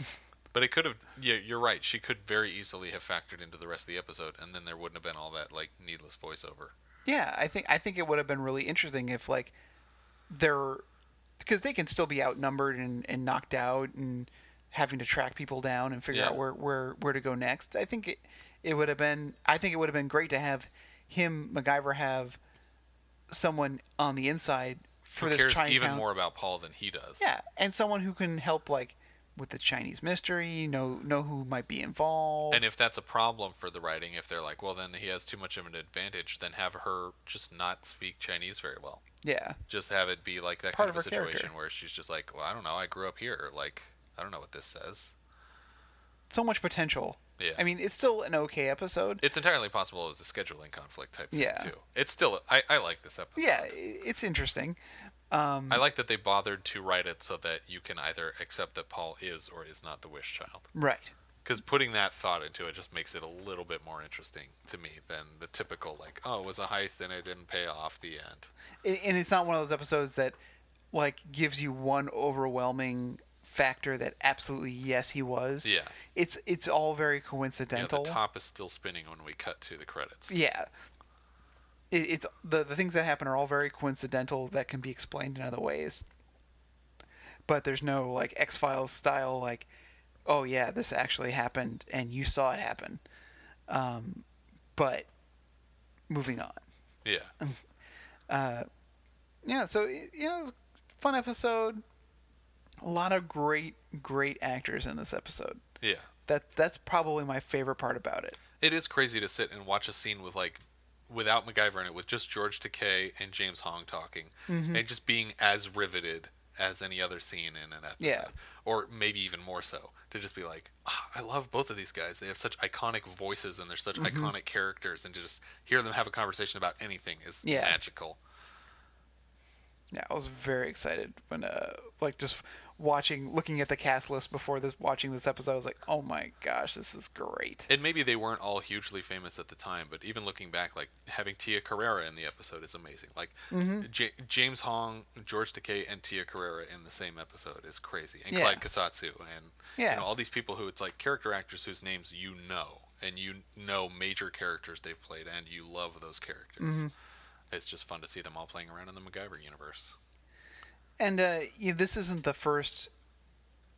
but it could have. Yeah, you're right. She could very easily have factored into the rest of the episode, and then there wouldn't have been all that like needless voiceover. yeah." I think I think it would have been really interesting if like they're because they can still be outnumbered and, and knocked out and having to track people down and figure Yeah. out where, where where to go next. I think it it would have been I think it would have been great to have him MacGyver have someone on the inside for Who this cares Chinatown. even more about Paul than he does? Yeah, and someone who can help like with the Chinese mystery, know know who might be involved. And if that's a problem for the writing, if they're like, well, then he has too much of an advantage, then have her just not speak Chinese very well. yeah, Just have it be like that kind Part of, of a her character. situation where she's just like, well, I don't know. I grew up here. Like, I don't know what this says. so much potential. Yeah. I mean, it's still an okay episode. It's entirely possible it was a scheduling conflict type thing, Yeah. too. It's still, I, I like this episode. yeah, i- it's interesting. I like that they bothered to write it so that you can either accept that Paul is or is not the wish child. Right. because putting that thought into it just makes it a little bit more interesting to me than the typical like, oh, it was a heist and it didn't pay off the end. A- and it's not one of those episodes that like gives you one overwhelming factor that absolutely yes he was. Yeah. It's it's all very You know, coincidental. the top is still spinning when we cut to the credits. Yeah. It, it's the the things that happen are all very coincidental that can be explained in other ways. But there's no like X Files style like, oh yeah, this actually happened and you saw it happen. Um, but moving on. Yeah. Yeah, so it- you know, it was a fun episode. A lot of great, great actors in this episode. Yeah. That that's probably my favorite part about it. It is crazy to sit and watch a scene with like without MacGyver in it, with just George Takei and James Hong talking, Mm-hmm. and just being as riveted as any other scene in an episode, Yeah. or maybe even more so. To just be like, "Ah, I love both of these guys. They have such iconic voices and they're such Mm-hmm. iconic characters, and to just hear them have a conversation about anything is Yeah. magical. Yeah, I was very excited when, uh, like, just watching, looking at the cast list before this, watching this episode, I was like, oh my gosh, this is great. And maybe they weren't all hugely famous at the time, but even looking back, like having Tia Carrera in the episode is amazing. Like Mm-hmm. J- James Hong, George Takei, and Tia Carrera in the same episode is crazy. And Yeah. Clyde Kasatsu and you Yeah. know, all these people who it's like character actors whose names you know and you know major characters they've played and you love those characters. Mm-hmm. It's just fun to see them all playing around in the MacGyver universe. And uh, you know, this isn't the first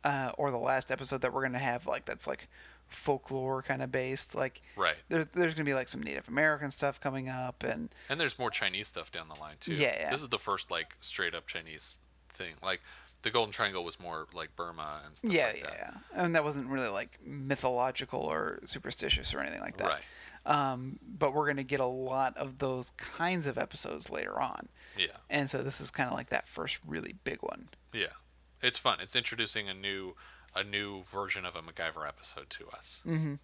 uh, or the last episode that we're gonna have like that's like folklore kind of based. Like, Right. There's there's gonna be like some Native American stuff coming up, and And there's more Chinese stuff down the line too. Yeah, yeah. This is the first like straight up Chinese thing. Like the Golden Triangle was more like Burma and stuff yeah, like yeah, that. yeah. And that wasn't really like mythological or superstitious or anything like that. Right. Um, but we're gonna get a lot of those kinds of episodes later on. Yeah. And so this is kind of like that first really big one. Yeah. It's fun. It's introducing a new a new version of a MacGyver episode to us. Mm-hmm.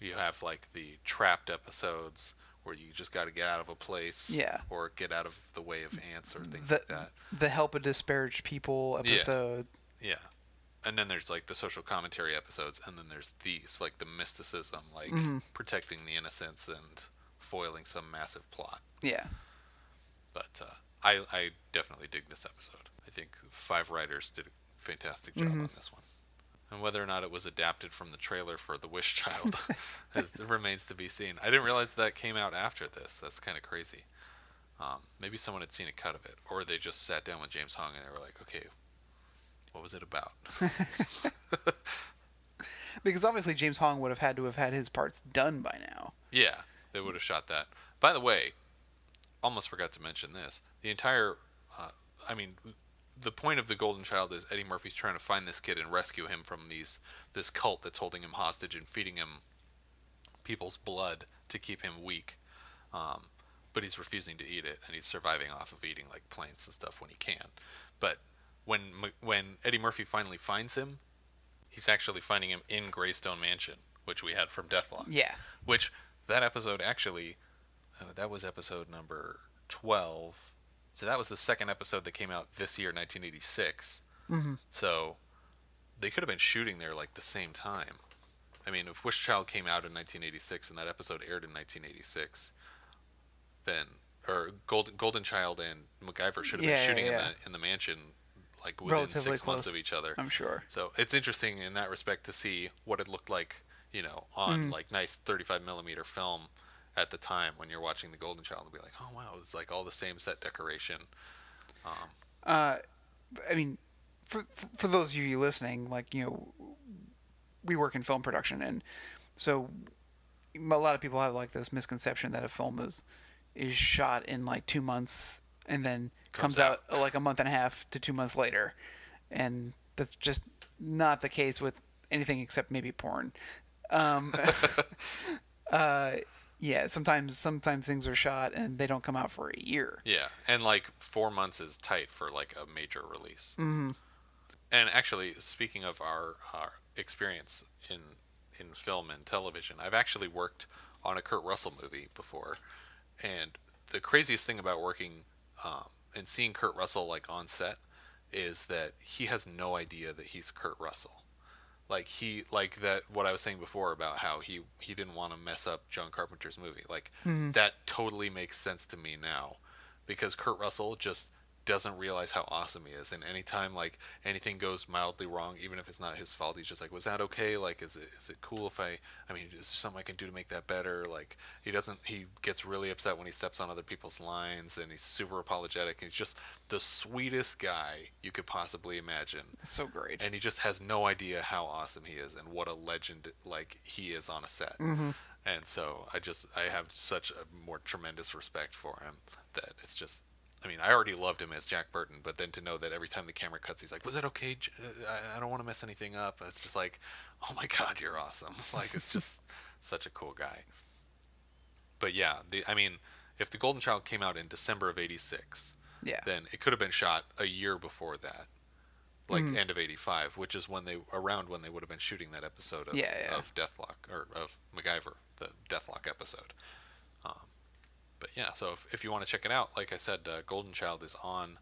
You have like the trapped episodes where you just got to get out of a place Yeah. or get out of the way of ants or things The like that. the help of disparaged people episode. Yeah. And then there's like the social commentary episodes and then there's these like the mysticism like protecting the innocents and foiling some massive plot. Yeah. but uh, I I definitely dig this episode. I think five writers did a fantastic job on this one, and whether or not it was adapted from the trailer for The Wish Child <laughs> is, remains to be seen. I didn't realize that came out after this. That's kind of crazy. Um, maybe someone had seen a cut of it, or they just sat down with James Hong and they were like, "Okay, what was it about?" Because obviously James Hong would have had to have had his parts done by now. Yeah, they would have shot that. By the way, almost forgot to mention this. The entire, uh, I mean, the point of the Golden Child is Eddie Murphy's trying to find this kid and rescue him from these this cult that's holding him hostage and feeding him people's blood to keep him weak. Um, but he's refusing to eat it, and he's surviving off of eating like plants and stuff when he can. But when M- when Eddie Murphy finally finds him, he's actually finding him in Greystone Mansion, which we had from Deathlock. Yeah. Which that episode actually, uh, that was episode number twelve. So that was the second episode that came out this year, 1986. Mm-hmm. So they could have been shooting there like the same time. I mean, if Wish Child came out in 1986 and that episode aired in 1986, then or Golden Golden Child and MacGyver should have Yeah, yeah, been shooting yeah. in the in the mansion like within Relatively six months close, of each other. I'm sure. So it's interesting in that respect to see what it looked like, you know, on like nice 35 millimeter film at the time when you're watching The Golden Child and be like, oh wow, it's like all the same set decoration. I mean, for for those of you listening, like you know, we work in film production, and so a lot of people have like this misconception that a film is is shot in like two months and then comes, Comes out. uh, like a month and a half to two months later, and that's just not the case with anything except maybe porn. Um, <laughs> uh, yeah, sometimes sometimes things are shot and they don't come out for a year. Yeah, and like four months is tight for like a major release. Mm-hmm. And actually, speaking of our, our experience in in film and television, I've actually worked on a Kurt Russell movie before, and the craziest thing about working um, and seeing Kurt Russell like on set is that he has no idea that he's Kurt Russell. Like he like that what I was saying before about how he he didn't want to mess up John Carpenter's movie. Like that totally makes sense to me now because Kurt Russell just doesn't realize how awesome he is and anytime like anything goes mildly wrong even if it's not his fault he's just like was that okay like is it is it cool if i i mean is there something i can do to make that better like he doesn't he gets really upset when he steps on other people's lines and he's super apologetic and he's just the sweetest guy you could possibly imagine It's so great. and he just has no idea how awesome he is and what a legend like he is on a set. And so I just I have such a more tremendous respect for him that it's just I mean I already loved him as Jack Burton, but then to know that every time the camera cuts, he's like, "Was that okay? J- uh, I, I don't want to mess anything up." It's just like, "Oh my <laughs> God, you're awesome!" Like it's just such a cool guy. But yeah, the I mean, if the Golden Child came out in December of '86, yeah. then it could have been shot a year before that like Mm-hmm. end of 85 which is when they around when they would have been shooting that episode of, Yeah, yeah. of deathlock or of macgyver the deathlock episode um, but yeah so if, if you want to check it out like i said uh, golden child is on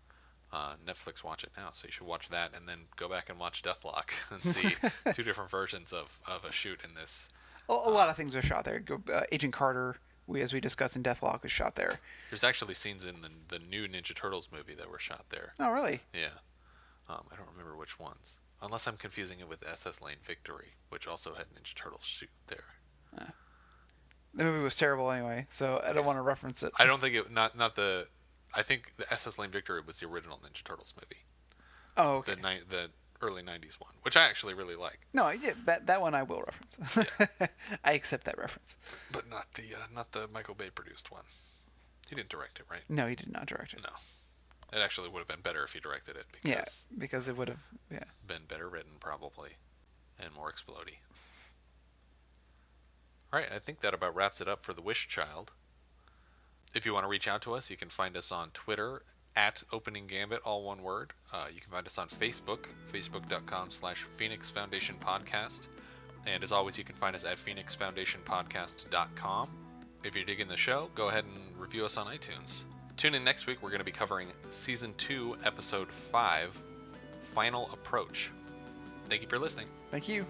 uh, netflix watch it now so you should watch that and then go back and watch deathlock <laughs> and <laughs> see two different versions of, of a shoot in this a, a lot of things are shot there. Go, uh, Agent Carter, we as we discussed in Deathlock, was shot there. there's actually scenes in the, the new ninja turtles movie that were shot there Oh, really? Yeah. Um, I don't remember which ones. Unless I'm confusing it with SS Lane Victory, which also had Ninja Turtles shoot there. The movie was terrible anyway, so I don't want to reference it. I don't think it not not the I think the SS Lane Victory was the original Ninja Turtles movie. oh, okay. The ni- the early 90s one, which I actually really like, No, I did that that one I will reference. <laughs> I accept that reference. but not the uh, not the Michael Bay produced one. He didn't direct it, right? No, he did not direct it. No. It actually would have been better if he directed it because yeah, because it would have. Yeah. been better written probably and more explodey. All right, I think that about wraps it up for the Wish Child. If you want to reach out to us, you can find us on Twitter at Opening Gambit, all one word. Uh, you can find us on Facebook, facebook.com slash Phoenix Foundation Podcast. And as always, you can find us at phoenixfoundationpodcast.com. If you're digging the show, go ahead and review us on iTunes. Tune in next week. We're going to be covering Season 2, Episode 5, Final Approach. Thank you for listening. Thank you.